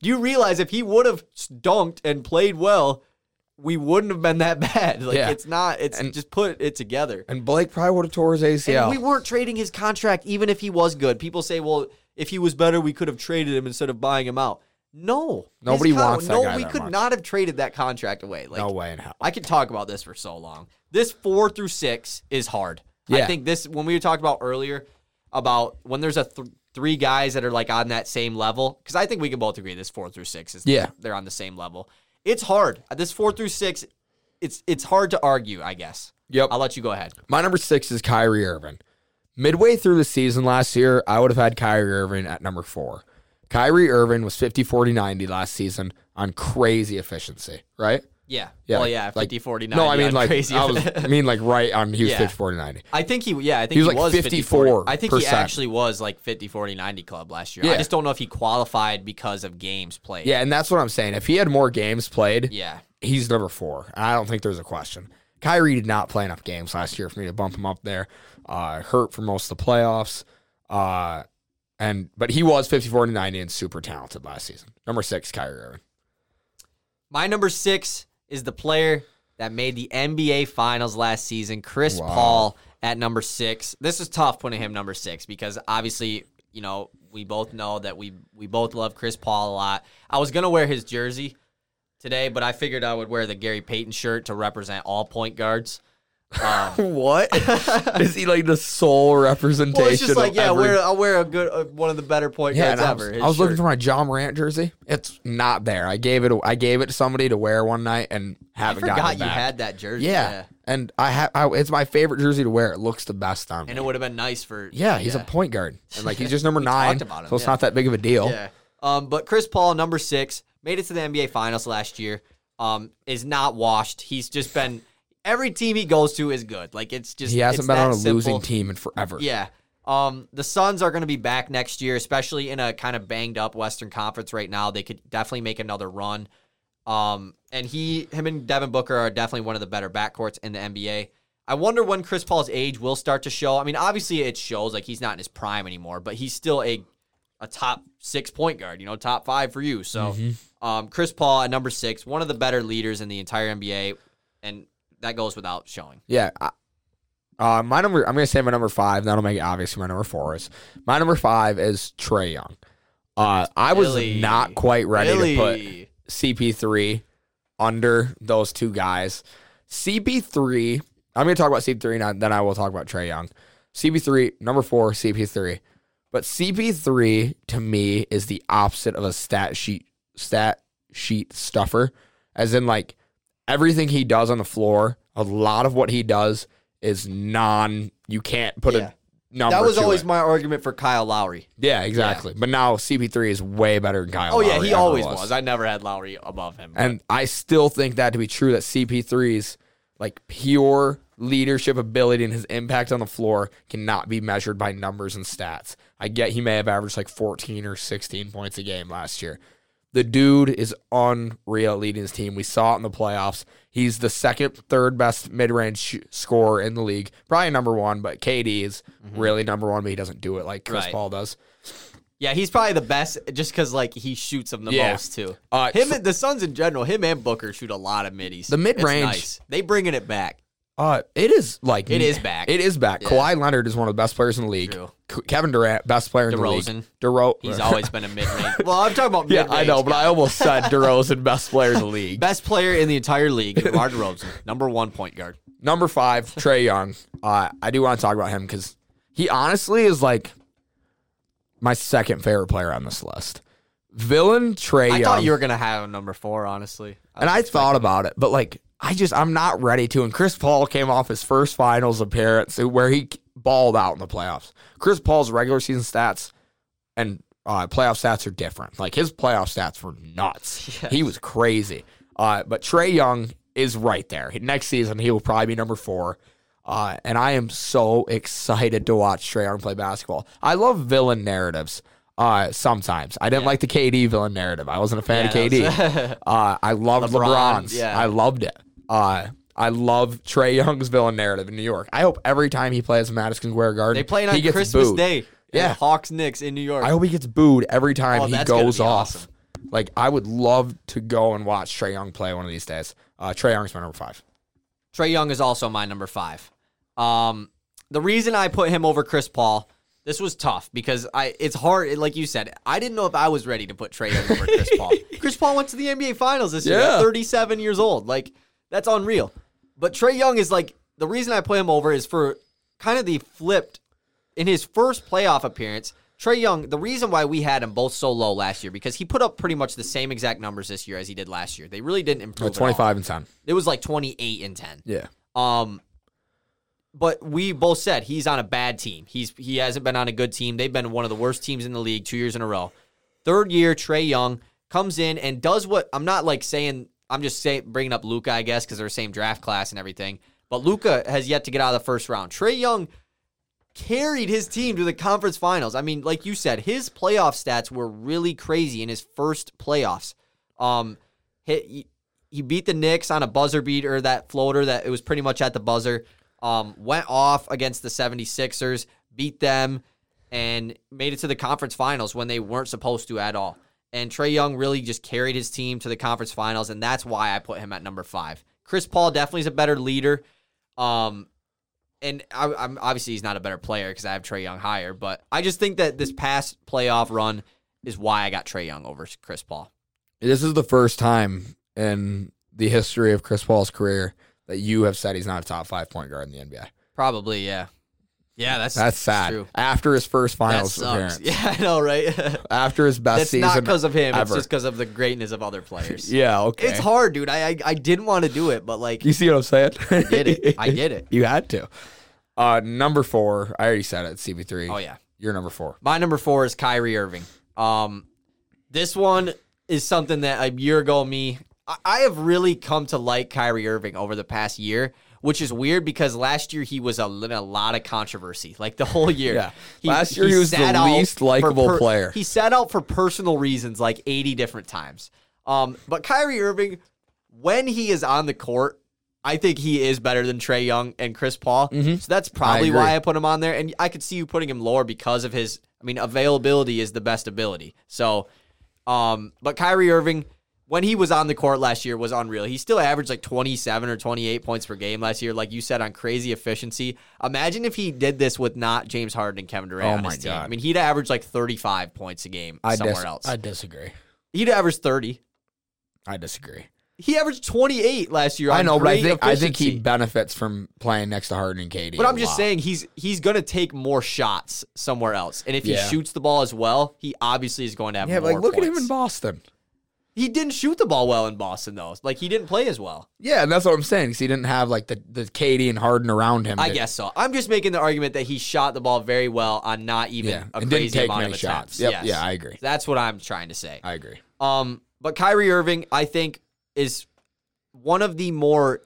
A: you realize if he would have dunked and played well, we wouldn't have been that bad. Like
B: Yeah.
A: it's not. It's
B: And-
A: just put it together.
B: And Blake probably would have tore his ACL.
A: And we weren't trading his contract, even if he was good. People say, well, if he was better, we could have traded him instead of buying him out. No, His
B: Nobody wants that
A: No,
B: guy
A: we
B: that
A: could
B: much.
A: not have traded that contract away. Like
B: no way in hell.
A: I could talk about this for so long. This four through six is hard. I
B: Yeah.
A: think this when we were talking about earlier about when there's a th- three guys that are like on that same level because I think we can both agree this four through six is
B: Yeah.
A: they're on the same level. It's hard. This four through six, it's it's hard to argue. I guess.
B: Yep.
A: I'll let you go ahead.
B: My number six is Kyrie Irving. Midway through the season last year, I would have had Kyrie Irving at number four. Kyrie Irving was 50 40 90 last season on crazy efficiency, right?
A: Yeah.
B: Yeah,
A: Well, yeah.
B: like-
A: 50, 49.
B: no, I
A: yeah,
B: mean, like,
A: crazy.
B: I, was, I mean, like, right on, he was
A: Yeah.
B: 50 40 90.
A: I think he, yeah, I think
B: He was
A: he
B: like
A: was
B: 54%.
A: I think he actually was like 50, 40, 90 club last year. I
B: Yeah.
A: just don't know if he qualified because of games played.
B: Yeah, and that's what I'm saying. If he had more games played,
A: Yeah.
B: he's number four. And I don't think there's a question. Kyrie did not play enough games last year for me to bump him up there. Uh, hurt for most of the playoffs. Uh, and but he was 54 to 90 and super talented last season. Number six, Kyrie Irving.
A: My number six is the player that made the NBA Finals last season, Chris
B: Wow.
A: Paul at number six. This is tough putting him number six because obviously, you know, we both know that we we both love Chris Paul a lot. I was gonna wear his jersey today, but I figured I would wear the Gary Payton shirt to represent all point guards. Um,
B: What is he like the sole representation?
A: well, it's just like yeah, wear, I'll wear a good uh, one of the better point
B: yeah.
A: guards
B: and I
A: ever.
B: was,
A: his
B: I was looking
A: shirt.
B: for my John Morant jersey. It's not there. I gave it. I gave it to somebody to wear one night and
A: I
B: haven't
A: forgot
B: gotten it
A: you
B: back.
A: had that jersey.
B: Yeah. And I have I, it's my favorite jersey to wear. It looks the best on me.
A: and it would have been nice for
B: yeah, he's a point guard. And like he's just number nine.
A: talked about him,
B: so it's
A: yeah.
B: not that big of a deal.
A: Yeah. Um, but Chris Paul, number six, made it to the NBA Finals last year. Um, is not washed. He's just been every team he goes to is good. Like it's just
B: He hasn't
A: it's
B: been
A: that
B: on a
A: simple.
B: losing team in forever.
A: Yeah. Um, the Suns are going to be back next year, especially in a kind of banged up Western Conference right now. They could definitely make another run. Um, and he, him, and Devin Booker are definitely one of the better backcourts in the NBA. I wonder when Chris Paul's age will start to show. I mean, obviously it shows like he's not in his prime anymore, but he's still a a top six point guard. You know, top five for you. So,
B: Mm-hmm.
A: um, Chris Paul at number six, one of the better leaders in the entire NBA, and that goes without showing.
B: Yeah. I- Uh, my number, I'm gonna say my number five. That'll make it obvious who my number four is. My number five is Trey Young. Uh, I was
A: Really?
B: not quite ready to put
A: Really?
B: CP3 under those two guys. CP3, I'm going to talk about CP3 now, then I will talk about Trey Young. CP3, number four, CP3. But CP3 to me is the opposite of a stat sheet stat sheet stuffer, as in like everything he does on the floor. A lot of what he does is non. You can't put
A: Yeah.
B: a number.
A: That was
B: to
A: always
B: it.
A: my argument for Kyle Lowry.
B: yeah, exactly. But now CP3 is way better than Kyle.
A: Oh yeah,
B: Lowry
A: he
B: ever
A: always was. I never had Lowry above him.
B: And I still think that to be true that CP3's like pure leadership ability and his impact on the floor cannot be measured by numbers and stats. I get he may have averaged like 14 or 16 points a game last year. The dude is unreal at leading his team. We saw it in the playoffs. He's the second, third best mid-range sh- scorer in the league. Probably number one, but KD is really number one, but he doesn't do it like Chris
A: Right.
B: Paul does.
A: yeah, he's probably the best just because like he shoots them the
B: Yeah.
A: most too.
B: Uh,
A: him
B: so-
A: and the Suns in general, him and Booker shoot a lot of middies.
B: The
A: It's
B: mid-range-
A: nice. they bringing it back.
B: Uh, it is like
A: It is back.
B: It is back. Kawhi Leonard is one of the best players in the league.
A: True.
B: K- Kevin Durant, best player in the
A: DeRozan.
B: league. DeRozan.
A: He's always been a mid range. Well, I'm talking about
B: yeah,
A: mid
B: I know, but I almost said DeRozan, best player in the league.
A: best player in the entire league, DeMar DeRozan, number one point guard.
B: Number five, Trey Young. Uh, I do want to talk about him because he honestly is like my second favorite player on this list. Villain Trey
A: I
B: Young.
A: thought you were gonna have him number four, honestly.
B: and I thought about it, but like I just I'm not ready to. And Chris Paul came off his first finals appearance where he balled out in the playoffs. Chris Paul's regular season stats and uh, playoff stats are different. Like his playoff stats were nuts. He was crazy. Uh, but Trey Young is right there. Next season he will probably be number four. Uh, and I am so excited to watch Trey Young play basketball. I love villain narratives. Uh, sometimes I didn't like the KD villain narrative. I wasn't a fan
A: Yeah,
B: of KD.
A: that was-
B: Uh, I loved
A: LeBron,
B: LeBron's.
A: yeah.
B: I loved it. Uh, I love Trey Young's villain narrative in New York. I hope every time he plays Madison Square Garden,
A: They played
B: he
A: on
B: gets
A: Christmas
B: booed.
A: Day.
B: Yeah.
A: Yeah, Hawks Knicks in New York.
B: I hope he gets booed every time
A: Oh,
B: he
A: that's gonna
B: goes
A: be
B: off.
A: awesome.
B: Like I would love to go and watch Trey Young play one of these days. Uh, Trey Young's my number five.
A: Trey Young is also my number five. Um, the reason I put him over Chris Paul, this was tough because I it's hard. Like you said, I didn't know if I was ready to put Trey Young over Chris Paul. Chris Paul went to the NBA Finals this year,
B: Yeah.
A: at 37 years old. Like that's unreal. But Trey Young is like the reason I put him over is for kind of the flipped in his first playoff appearance. Trey Young, the reason why we had him both so low last year because he put up pretty much the same exact numbers this year as he did last year. They really didn't improve. at all.
B: Twenty five and ten.
A: It was like 28 and 10.
B: Yeah.
A: Um, but we both said he's on a bad team. He's he hasn't been on a good team. They've been one of the worst teams in the league two years in a row. Third year, Trey Young comes in and does what I'm not like saying. I'm just saying bringing up Luca, I guess, because they're the same draft class and everything. But Luca has yet to get out of the first round. Trey Young carried his team to the conference finals. I mean, like you said, his playoff stats were really crazy in his first playoffs. Um, he, he beat the Knicks on a buzzer beater, that floater that it was pretty much at the buzzer. Um, went off against the 76ers, beat them, and made it to the conference finals when they weren't supposed to at all. And Trey Young really just carried his team to the conference finals, and that's why I put him at number five. Chris Paul definitely is a better leader. Um, and I, I'm obviously he's not a better player because I have Trey Young higher, but I just think that this past playoff run is why I got Trey Young over Chris Paul.
B: This is the first time in the history of Chris Paul's career that you have said he's not a top five point guard in the NBA.
A: Probably, yeah, yeah. That's
B: That's sad.
A: True.
B: After his first
A: That
B: finals
A: sucks.
B: appearance,
A: Yeah, I know, right?
B: after his best
A: that's
B: season,
A: not because of him. It's
B: ever.
A: just because of the greatness of other players.
B: yeah, okay.
A: It's hard, dude. I I, I didn't want to do it, but like
B: You see what I'm saying? I
A: did it. I did it.
B: you had to. Uh, number four, I already said it. CB3.
A: Oh, yeah.
B: you're number four.
A: My number four is Kyrie Irving. Um, this one is something that a year ago me I, I have really come to like Kyrie Irving over the past year, which is weird because last year he was a, in a lot of controversy, like the whole year.
B: Yeah. Last year he was the
A: sat out
B: least
A: for
B: likable player.
A: He sat out for personal reasons like 80 different times. Um, but Kyrie Irving, when he is on the court. I think he is better than Trey Young and Chris Paul. So that's probably
B: Mm-hmm. agree.
A: why I put him on there, and I could see you putting him lower because of his. I mean, availability is the best ability. So, um, but Kyrie Irving, when he was on the court last year, was unreal. He still averaged like twenty seven or twenty eight points per game last year, like you said, on crazy efficiency. Imagine if he did this with not James Harden and Kevin Durant.
B: Oh
A: on
B: my
A: his team.
B: God.
A: I mean, he'd average like thirty five points a game
B: I
A: somewhere
B: dis-
A: else.
B: I disagree.
A: he'd average thirty.
B: I disagree.
A: He averaged twenty eight last year.
B: I
A: on
B: know, but I
A: great
B: think I think he
A: efficiency.
B: benefits from playing next to Harden and KD.
A: But
B: a
A: I'm just
B: lot.
A: saying he's he's gonna take more shots somewhere else, and if
B: Yeah.
A: he shoots the ball as well, he obviously is going to have
B: Yeah,
A: more
B: like look at him
A: points.
B: in Boston.
A: he didn't shoot the ball well in Boston though. Like he didn't play as well.
B: Yeah, and that's what I'm saying. Because he didn't have like the, the KD and Harden around him.
A: I
B: that-
A: guess so. I'm just making the argument that he shot the ball very well on not even
B: Yeah,
A: a
B: and didn't
A: crazy
B: take
A: amount
B: many
A: of
B: shots.
A: attempts.
B: Yep,
A: Yes.
B: yeah, I agree.
A: That's what I'm trying to say.
B: I agree.
A: Um, but Kyrie Irving, I think, is one of the more.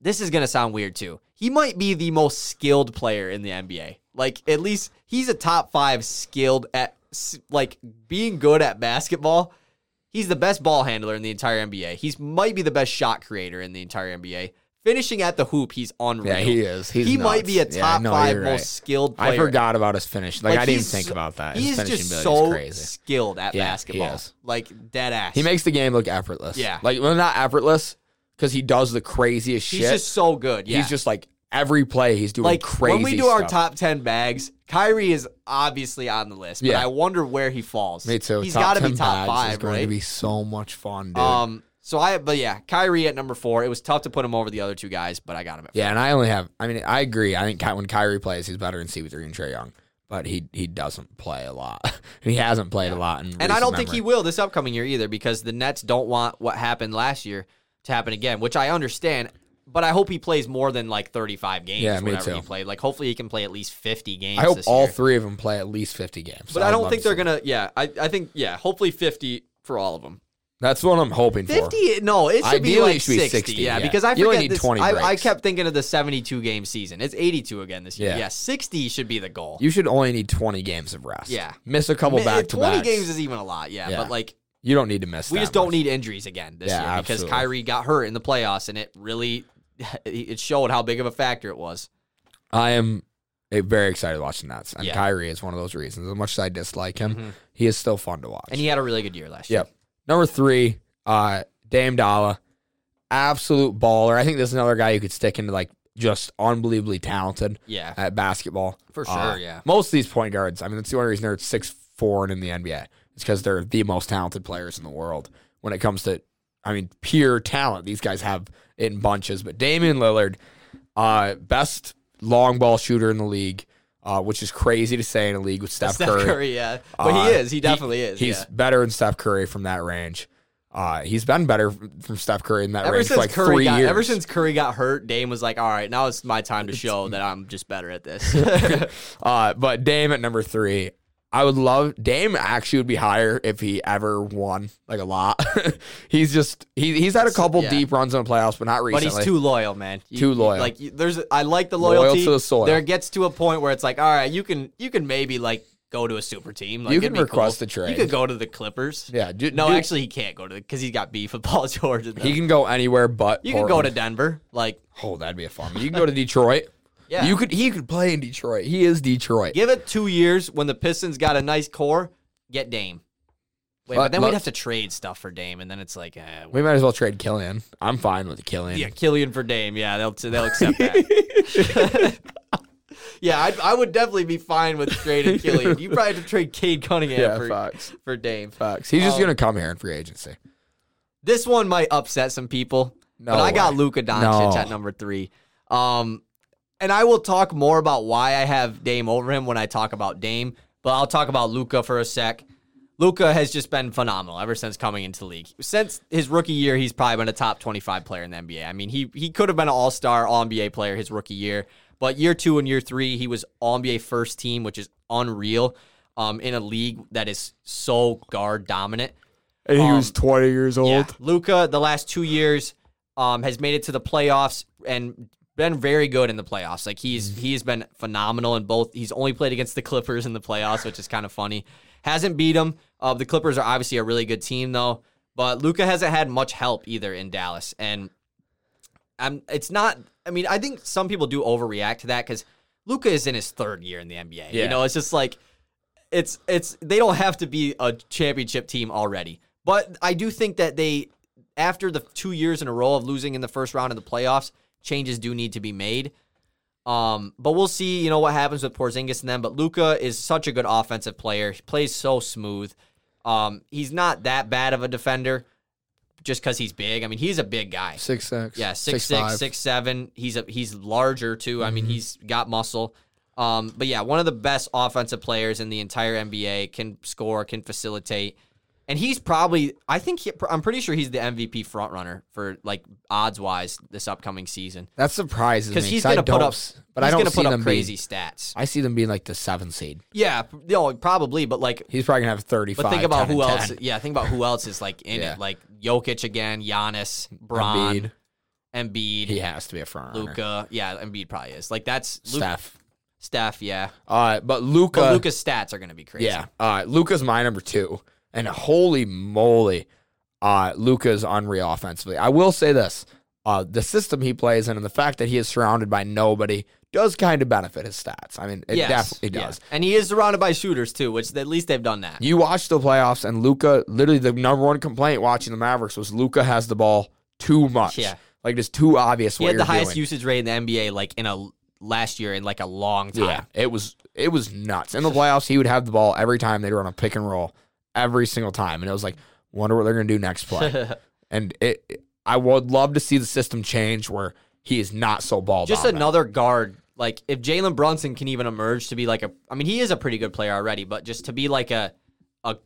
A: This is gonna sound weird too. He might be the most skilled player in the NBA. Like at least he's a top five skilled at s- like being good at basketball. He's the best ball handler in the entire NBA. He's might be the best shot creator in the entire NBA. Finishing at the hoop, he's unreal.
B: Yeah, he is. He's
A: he might
B: nuts.
A: be a
B: Yeah,
A: top
B: no,
A: five
B: you're right.
A: most skilled player.
B: I forgot about his finish. Like, I didn't
A: he's
B: think
A: so-
B: about that.
A: He's
B: his finishing
A: just
B: ability is
A: so
B: crazy.
A: skilled at
B: Yeah, he
A: basketball.
B: is.
A: Like dead ass.
B: He makes the game look effortless.
A: Yeah.
B: Like, well, not effortless because he does the craziest
A: He's
B: shit.
A: just so good. Yeah.
B: He's just like every play he's doing
A: like
B: crazy.
A: when we do our
B: stuff.
A: top ten bags, Kyrie is obviously on the list, but
B: Yeah.
A: I wonder where he falls.
B: Me too.
A: He's
B: Top
A: got to
B: 10
A: be top
B: bags is
A: five,
B: going
A: right?
B: to be so much fun, dude.
A: um. So I, but yeah, Kyrie at number four. It was tough to put him over the other two guys, but I got him at.
B: yeah, and I only have. I mean, I agree. I think Ky- when Kyrie plays, he's better than CB3 and Trey Young, but he he doesn't play a lot. he hasn't played a lot, in
A: And I
B: recent
A: don't think he
B: memory.
A: will this upcoming year either because the Nets don't want what happened last year to happen again, which I understand. But I hope he plays more than like 35 games
B: Yeah, me
A: whenever
B: too.
A: he played. Like hopefully he can play at least 50 games
B: I hope
A: this
B: all
A: year.
B: three of them play at least fifty games.
A: but I don't think they're going to yeah, I I think yeah, hopefully 50 for all of them.
B: That's what I'm hoping for.
A: 50 no it should be
B: Ideally,
A: like
B: it should be
A: 60,
B: 60,
A: yeah,
B: yeah.
A: because i
B: You only
A: forget
B: need
A: this,
B: 20
A: I, I
B: breaks.
A: kept thinking of the 72 game season it's 82 again this year
B: Yeah.
A: yeah, 60 should be the goal
B: You should only need twenty games of rest.
A: Yeah.
B: miss a couple
A: Ma-
B: back to
A: 20
B: back
A: games is even a lot yeah,
B: Yeah.
A: but like
B: You don't need to miss.
A: we
B: that
A: just don't
B: much.
A: need injuries again this
B: Yeah,
A: year because
B: absolutely.
A: kyrie got hurt in the playoffs and it really it showed how big of a factor it was.
B: I am eh, very excited to watch the Nets. And
A: Yeah. Mm-hmm.
B: Kyrie is one of those reasons. As much as I dislike him, he is still fun to watch.
A: And he had a really good year last year.
B: Yep. Number three, uh, Dame Dalla, absolute baller. I think this is another guy you could stick into like just unbelievably talented
A: Yeah.
B: at basketball
A: For sure,
B: Uh,
A: yeah.
B: Most of these point guards, I mean, that's the only reason they're six four and in the NBA. It's because they're the most talented players in the world when it comes to, I mean, pure talent. These guys have it in bunches. But Damian Lillard, uh, best long ball shooter in the league, uh, which is crazy to say in a league with Steph,
A: Steph
B: Curry.
A: Curry, yeah. But
B: Uh,
A: he is. He definitely is.
B: He's
A: yeah.
B: better than Steph Curry from that range. Uh, he's been better from Steph Curry in that
A: Ever
B: range for
A: since
B: like
A: Curry
B: three
A: got,
B: years.
A: ever since Curry got hurt, Dame was like, "All right, now it's my time to show that I'm just better at this."
B: Uh, but Dame at number three. I would love Dame actually would be higher if he ever won like a lot. he's just he, he's had a couple
A: yeah.
B: deep runs in the playoffs, but not
A: but
B: recently.
A: he's too loyal, man. You-
B: Too
A: you-
B: loyal.
A: Like you- there's, I like the
B: Loyal
A: loyalty.
B: to the soil.
A: There gets to a point where it's like, all right, you can you can maybe like go to a super team. Like,
B: You
A: it'd
B: can
A: be cool.
B: request a trade.
A: You could go to the Clippers.
B: yeah, dude,
A: No,
B: dude,
A: actually, he can't go to because he's got beef with Paul George. and
B: he
A: them.
B: can go anywhere but
A: you can go to
B: Portland.
A: Denver. Like,
B: Oh, that'd be a fun. You can go to Detroit.
A: yeah,
B: You could he could play in Detroit. He is Detroit.
A: give it two years when the Pistons got a nice core. Get Dame. Wait,
B: Let-
A: but then
B: let-
A: we'd have to trade stuff for Dame, and then it's like, eh,
B: We might as well trade Killian. I'm fine with Killian.
A: Yeah, Killian for Dame. Yeah, they'll they'll accept that. yeah, I'd, I would definitely be fine with trading Killian. You probably have to trade Cade Cunningham
B: Yeah,
A: for,
B: facts.
A: for Dame.
B: Facts. He's just
A: Um,
B: gonna come here in free agency.
A: This one might upset some people,
B: No
A: but I got
B: way.
A: Luka Doncic
B: No.
A: at number three. Um, and I will talk more about why I have Dame over him when I talk about Dame, but I'll talk about Luka for a sec. Luka has just been phenomenal ever since coming into the league. Since his rookie year, he's probably been a top 25 player in the NBA. I mean, he he could have been an all star, all NBA player his rookie year, but year two and year three, he was all NBA first team, which is unreal um, in a league that is so guard dominant.
B: And he was 20 years old.
A: Luca, the last two years, um, has made it to the playoffs and been very good in the playoffs. Like he's he's been phenomenal in both. He's only played against the Clippers in the playoffs, which is kind of funny. Hasn't beat them. Uh, the Clippers are obviously a really good team though, but Luca hasn't had much help either in Dallas. And I'm, it's not. I mean, I think some people do overreact to that because Luca is in his third year in the NBA. You
B: Yeah.
A: know, it's just like it's it's they don't have to be a championship team already. But I do think that they after the two years in a row of losing in the first round of the playoffs, changes do need to be made. Um, but we'll see, you know, what happens with Porzingis and them. But Luca is such a good offensive player. He plays so smooth. Um, he's not that bad of a defender just because he's big. I mean, he's a big guy.
B: Six six. Mm-hmm.
A: Yeah, six six, six seven. He's a he's larger too. I mean, he's got muscle. Um, but yeah, one of the best offensive players in the entire NBA can score, can facilitate, and he's probably. I think he, I'm pretty sure he's the MVP front runner for like odds wise this upcoming season
B: That surprises me
A: because he's
B: 'cause I
A: going to put
B: don't
A: up.
B: s- but I
A: he's
B: don't
A: gonna
B: see
A: put up
B: them
A: crazy
B: Being,
A: stats.
B: I see them being like the seven seed.
A: Yeah, p- no, probably, but like.
B: He's probably gonna have thirty five.
A: But think about who else.
B: 10.
A: Yeah, think about who else is like in
B: Yeah.
A: it. Like Jokic again, Giannis, Braun,
B: Embiid.
A: Embiid,
B: He has to be a front runner.
A: Luca, yeah, Embiid probably is. Like that's Luke, Steph.
B: Steph.
A: yeah.
B: Uh, but
A: But
B: Luca.
A: Luca's stats are gonna be crazy.
B: Yeah. Uh, Luca's my number two, and holy moly, uh, Luca's unreal offensively. I will say this: uh, the system he plays in, and the fact that he is surrounded by nobody, does kind of benefit his stats. I mean, it
A: Yes,
B: definitely
A: yeah.
B: does.
A: And he is surrounded by shooters too, which at least they've done that.
B: You watch the playoffs, and Luca literally the number one complaint watching the Mavericks was Luca has the ball too much.
A: Yeah.
B: like it's too obvious.
A: He
B: what
A: had the
B: you're
A: highest
B: doing.
A: usage rate in the NBA like in a last year in like a long time.
B: Yeah, it was it was nuts. In the playoffs, he would have the ball every time they'd run a pick and roll every single time, and it was like, wonder what they're gonna do next play. and it, it- I would love to see the system change where he is not so ball
A: Just
B: dominant.
A: another guard. Like if Jalen Brunson can even emerge to be like a I mean, he is a pretty good player already, but just to be like a a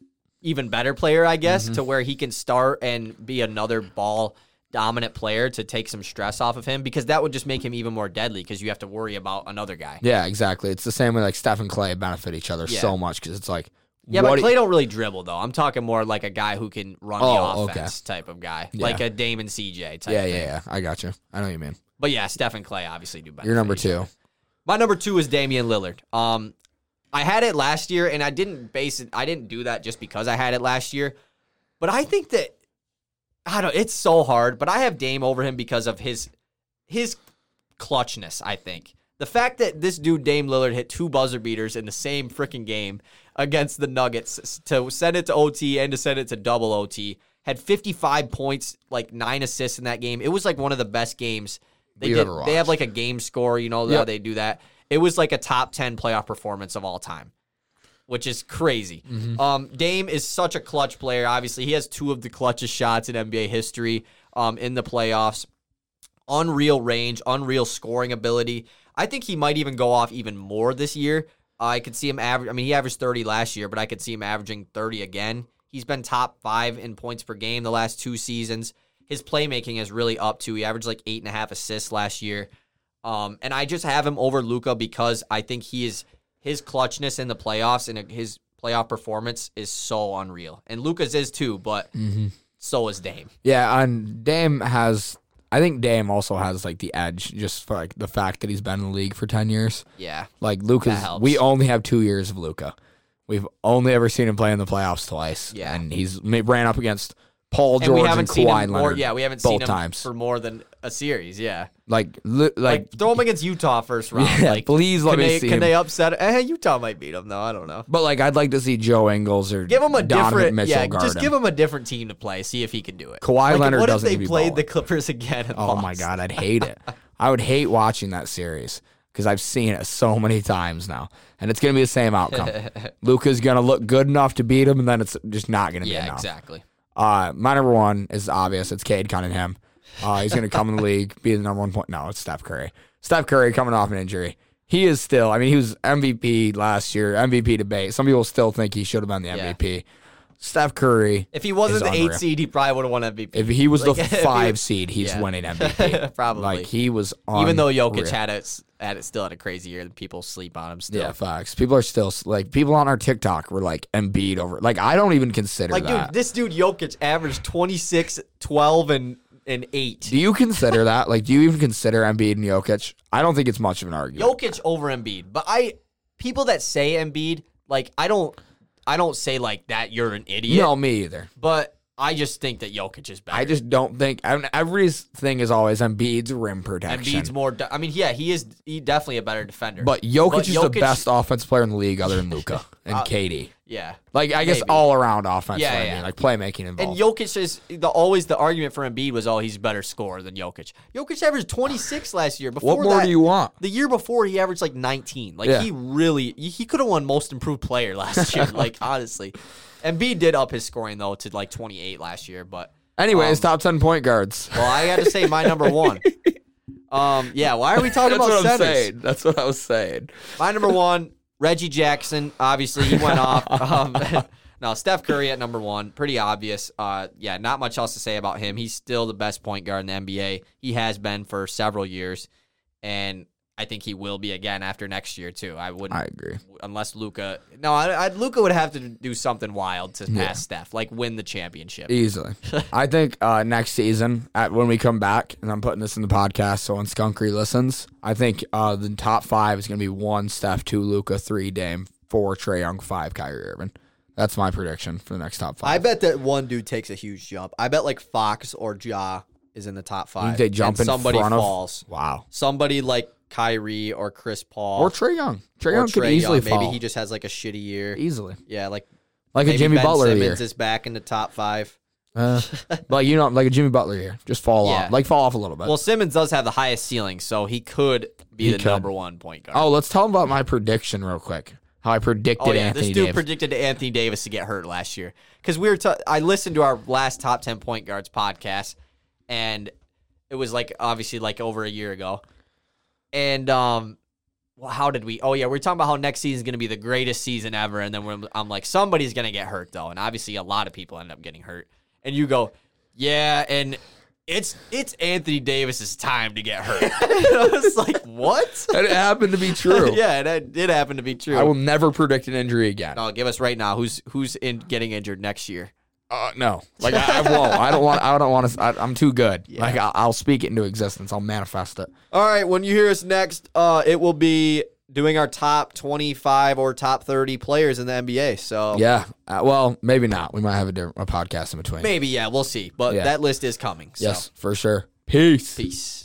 A: even better player, I guess,
B: Mm-hmm.
A: to where he can start and be another ball dominant player to take some stress off of him because that would just make him even more deadly because you have to worry about another guy.
B: Yeah, exactly. It's the same way like Steph and Clay benefit each other
A: Yeah.
B: so much because it's like,
A: Yeah,
B: what
A: but
B: do-
A: Clay don't really dribble though. I'm talking more like a guy who can run
B: Oh,
A: the offense type of guy, like a Damon CJ type.
B: yeah,
A: thing.
B: yeah, yeah. I got you. I know what you mean.
A: But yeah, Steph and Clay obviously do better.
B: You're number two.
A: My number two is Damian Lillard. Um, I had it last year, and I didn't base it. I didn't do that just because I had it last year. But I think that I don't. It's so hard. But I have Dame over him because of his his clutchness, I think. The fact that this dude Dame Lillard hit two buzzer beaters in the same freaking game against the Nuggets s- to send it to OT and to send it to double OT had 55 points, like nine assists in that game. It was like one of the best games they
B: We've
A: did.
B: ever
A: They have
B: watched.
A: like a game score, you know how
B: Yep.
A: they do that. It was like a top 10 playoff performance of all time which is crazy.
B: Mm-hmm.
A: Um, Dame is such a clutch player. Obviously, he has two of the clutchest shots in NBA history um, in the playoffs. Unreal range, unreal scoring ability. I think he might even go off even more this year. I could see him average. I mean, he averaged 30 last year, but I could see him averaging 30 again. He's been top five in points per game the last two seasons. His playmaking is really up to. He averaged like eight and a half assists last year. Um, and I just have him over Luca because I think he is his clutchness in the playoffs and his playoff performance is so unreal. And Luca's is too, but so is Dame.
B: Yeah, and Dame has. I think Dame also has like the edge, just for like the fact that he's been in the league for ten years.
A: Yeah,
B: Like Luca's,
A: helps.
B: we only have two years of Luca. We've only ever seen him play in the playoffs twice.
A: Yeah.
B: and he's he ran up against Paul George
A: and
B: and,
A: we haven't
B: Kawhi
A: seen him more.
B: Leonard.
A: Yeah, we haven't
B: both
A: seen him
B: times.
A: for more than a series. Yeah,
B: like, li-
A: like,
B: like,
A: throw him against Utah first round.
B: yeah,
A: like,
B: please let
A: can
B: me
A: they
B: see
A: can
B: him.
A: they upset? Eh, Utah might beat him though. I don't know.
B: but like, I'd like to see Joe Ingles or
A: Give him a
B: Donovan
A: different,
B: Mitchell
A: yeah.
B: guard
A: Just
B: him.
A: give him a different team to play. See if he can do it.
B: Kawhi
A: like,
B: Leonard
A: What if
B: doesn't
A: they
B: give you
A: played
B: ball.
A: the Clippers again? And
B: Oh my
A: lost?
B: god, I'd hate it. I would hate watching that series because I've seen it so many times now, and it's gonna be the same outcome. Luca's gonna look good enough to beat him, and then it's just not gonna be
A: Yeah,
B: enough.
A: exactly.
B: Uh, my number one is obvious. It's Cade Cunningham. Uh, he's gonna come in the league, be the number one point. No, it's Steph Curry. Steph Curry coming off an injury. He is still. I mean, he was MVP last year. MVP debate. Some people still think he should have been the
A: Yeah.
B: MVP. Steph Curry.
A: If he wasn't
B: It's
A: the eight
B: unreal.
A: seed, he probably would have won MVP.
B: If he was
A: Like,
B: the
A: if he-
B: five seed, he's
A: Yeah.
B: winning MVP.
A: Probably.
B: Like he was on.
A: Even though Jokic had it, had it still had a crazy year, people sleep on him still.
B: Yeah, facts. People are still like people on our TikTok were like Embiid over. Like I don't even consider
A: Like,
B: that.
A: dude, this dude Jokic averaged 26, 12, and, and 8.
B: do you consider that? Like, do you even consider Embiid and Jokic? I don't think it's much of an argument.
A: Jokic over Embiid. But I, people that say Embiid, like, I don't, I don't say like that you're an idiot,
B: No, me either.
A: but I just think that Jokic is better.
B: I just don't think. I mean, everything is always Embiid's rim protection.
A: Embiid's more, de- I mean, yeah, he is he definitely a better defender.
B: but Jokic
A: But
B: is
A: Jokic-
B: the best offense player in the league, other than Luca and Katie.
A: yeah.
B: Like oh. I guess
A: maybe.
B: all around offense.
A: Yeah,
B: Yeah,
A: yeah.
B: I mean, like playmaking
A: And
B: involved.
A: Jokic is the always the argument for Embiid was oh he's a better scorer than Jokic. Jokic averaged 26 last year. Before
B: what more
A: that,
B: do you want?
A: The year before he averaged like 19. Like
B: Yeah.
A: he really he could have won most improved player last year, like honestly. Embiid did up his scoring though to like 28 last year, but Um,
B: Anyways, top ten point guards.
A: well, I got to say my number 1. Um yeah, why are we talking about centers?
B: That's what I was saying.
A: My number 1, Reggie Jackson, obviously he went off. Um Now Steph Curry at number one, pretty obvious. Uh, yeah, not much else to say about him. He's still the best point guard in the NBA. He has been for several years, and I think he will be again after next year too. I wouldn't
B: I agree.
A: unless Luca. No, I, I Luca would have to do something wild to pass Steph, like win the championship.
B: Easily. I think uh, next season, at when we come back, and I'm putting this in the podcast, so when Skunkery listens, I think uh, the top five is going to be one Steph, two Luca, three Dame, four Trey Young, five Kyrie Irving. That's my prediction for the next top five.
A: bet that one dude takes a huge jump. I bet like Fox or Ja is in the top five.
B: they jump
A: and
B: in
A: somebody
B: front of-
A: falls.
B: wow.
A: Somebody like Kyrie or Chris Paul
B: Or Trey Young. Trey
A: or
B: Young could
A: Trae
B: easily
A: Young.
B: fall.
A: Maybe he just has like a shitty year.
B: easily.
A: Yeah, like
B: Like a
A: maybe
B: Jimmy
A: Ben
B: Butler
A: Simmons
B: year.
A: is back in the top five.
B: Uh, like, you know, like a Jimmy Butler year. Just fall
A: Yeah.
B: off. Like, fall off a little bit.
A: Well, Simmons does have the highest ceiling, so he could be
B: He
A: the
B: could.
A: number one point guard.
B: oh, let's tell him about my prediction real quick. How I predicted
A: Oh yeah,
B: Anthony
A: this dude
B: Davis.
A: predicted Anthony Davis to get hurt last year because we were. ta- I listened to our last top ten point guards podcast, and it was like obviously like over a year ago, and um. Well, how did we? Oh yeah, we we're talking about how next season's going to be the greatest season ever, and then we're, I'm like, somebody's going to get hurt though, and obviously a lot of people end up getting hurt. And you go, yeah, and it's it's Anthony Davis's time to get hurt. and I was like, what?
B: and it happened to be true.
A: yeah, that did happen to be true.
B: I will never predict an injury again.
A: No, give us right now. Who's who's in getting injured next year?
B: Uh, no, like I, I won't. I don't want. I don't want to. I, I'm too good. Like I, I'll speak it into existence. I'll manifest it.
A: All right. When you hear us next, uh, it will be doing our top twenty-five or top thirty players in the NBA. So
B: Yeah. Uh, well, maybe not. We might have a different a podcast in between.
A: maybe yeah, we'll see. But
B: Yeah.
A: that list is coming. So.
B: Yes, for sure. Peace.
A: Peace.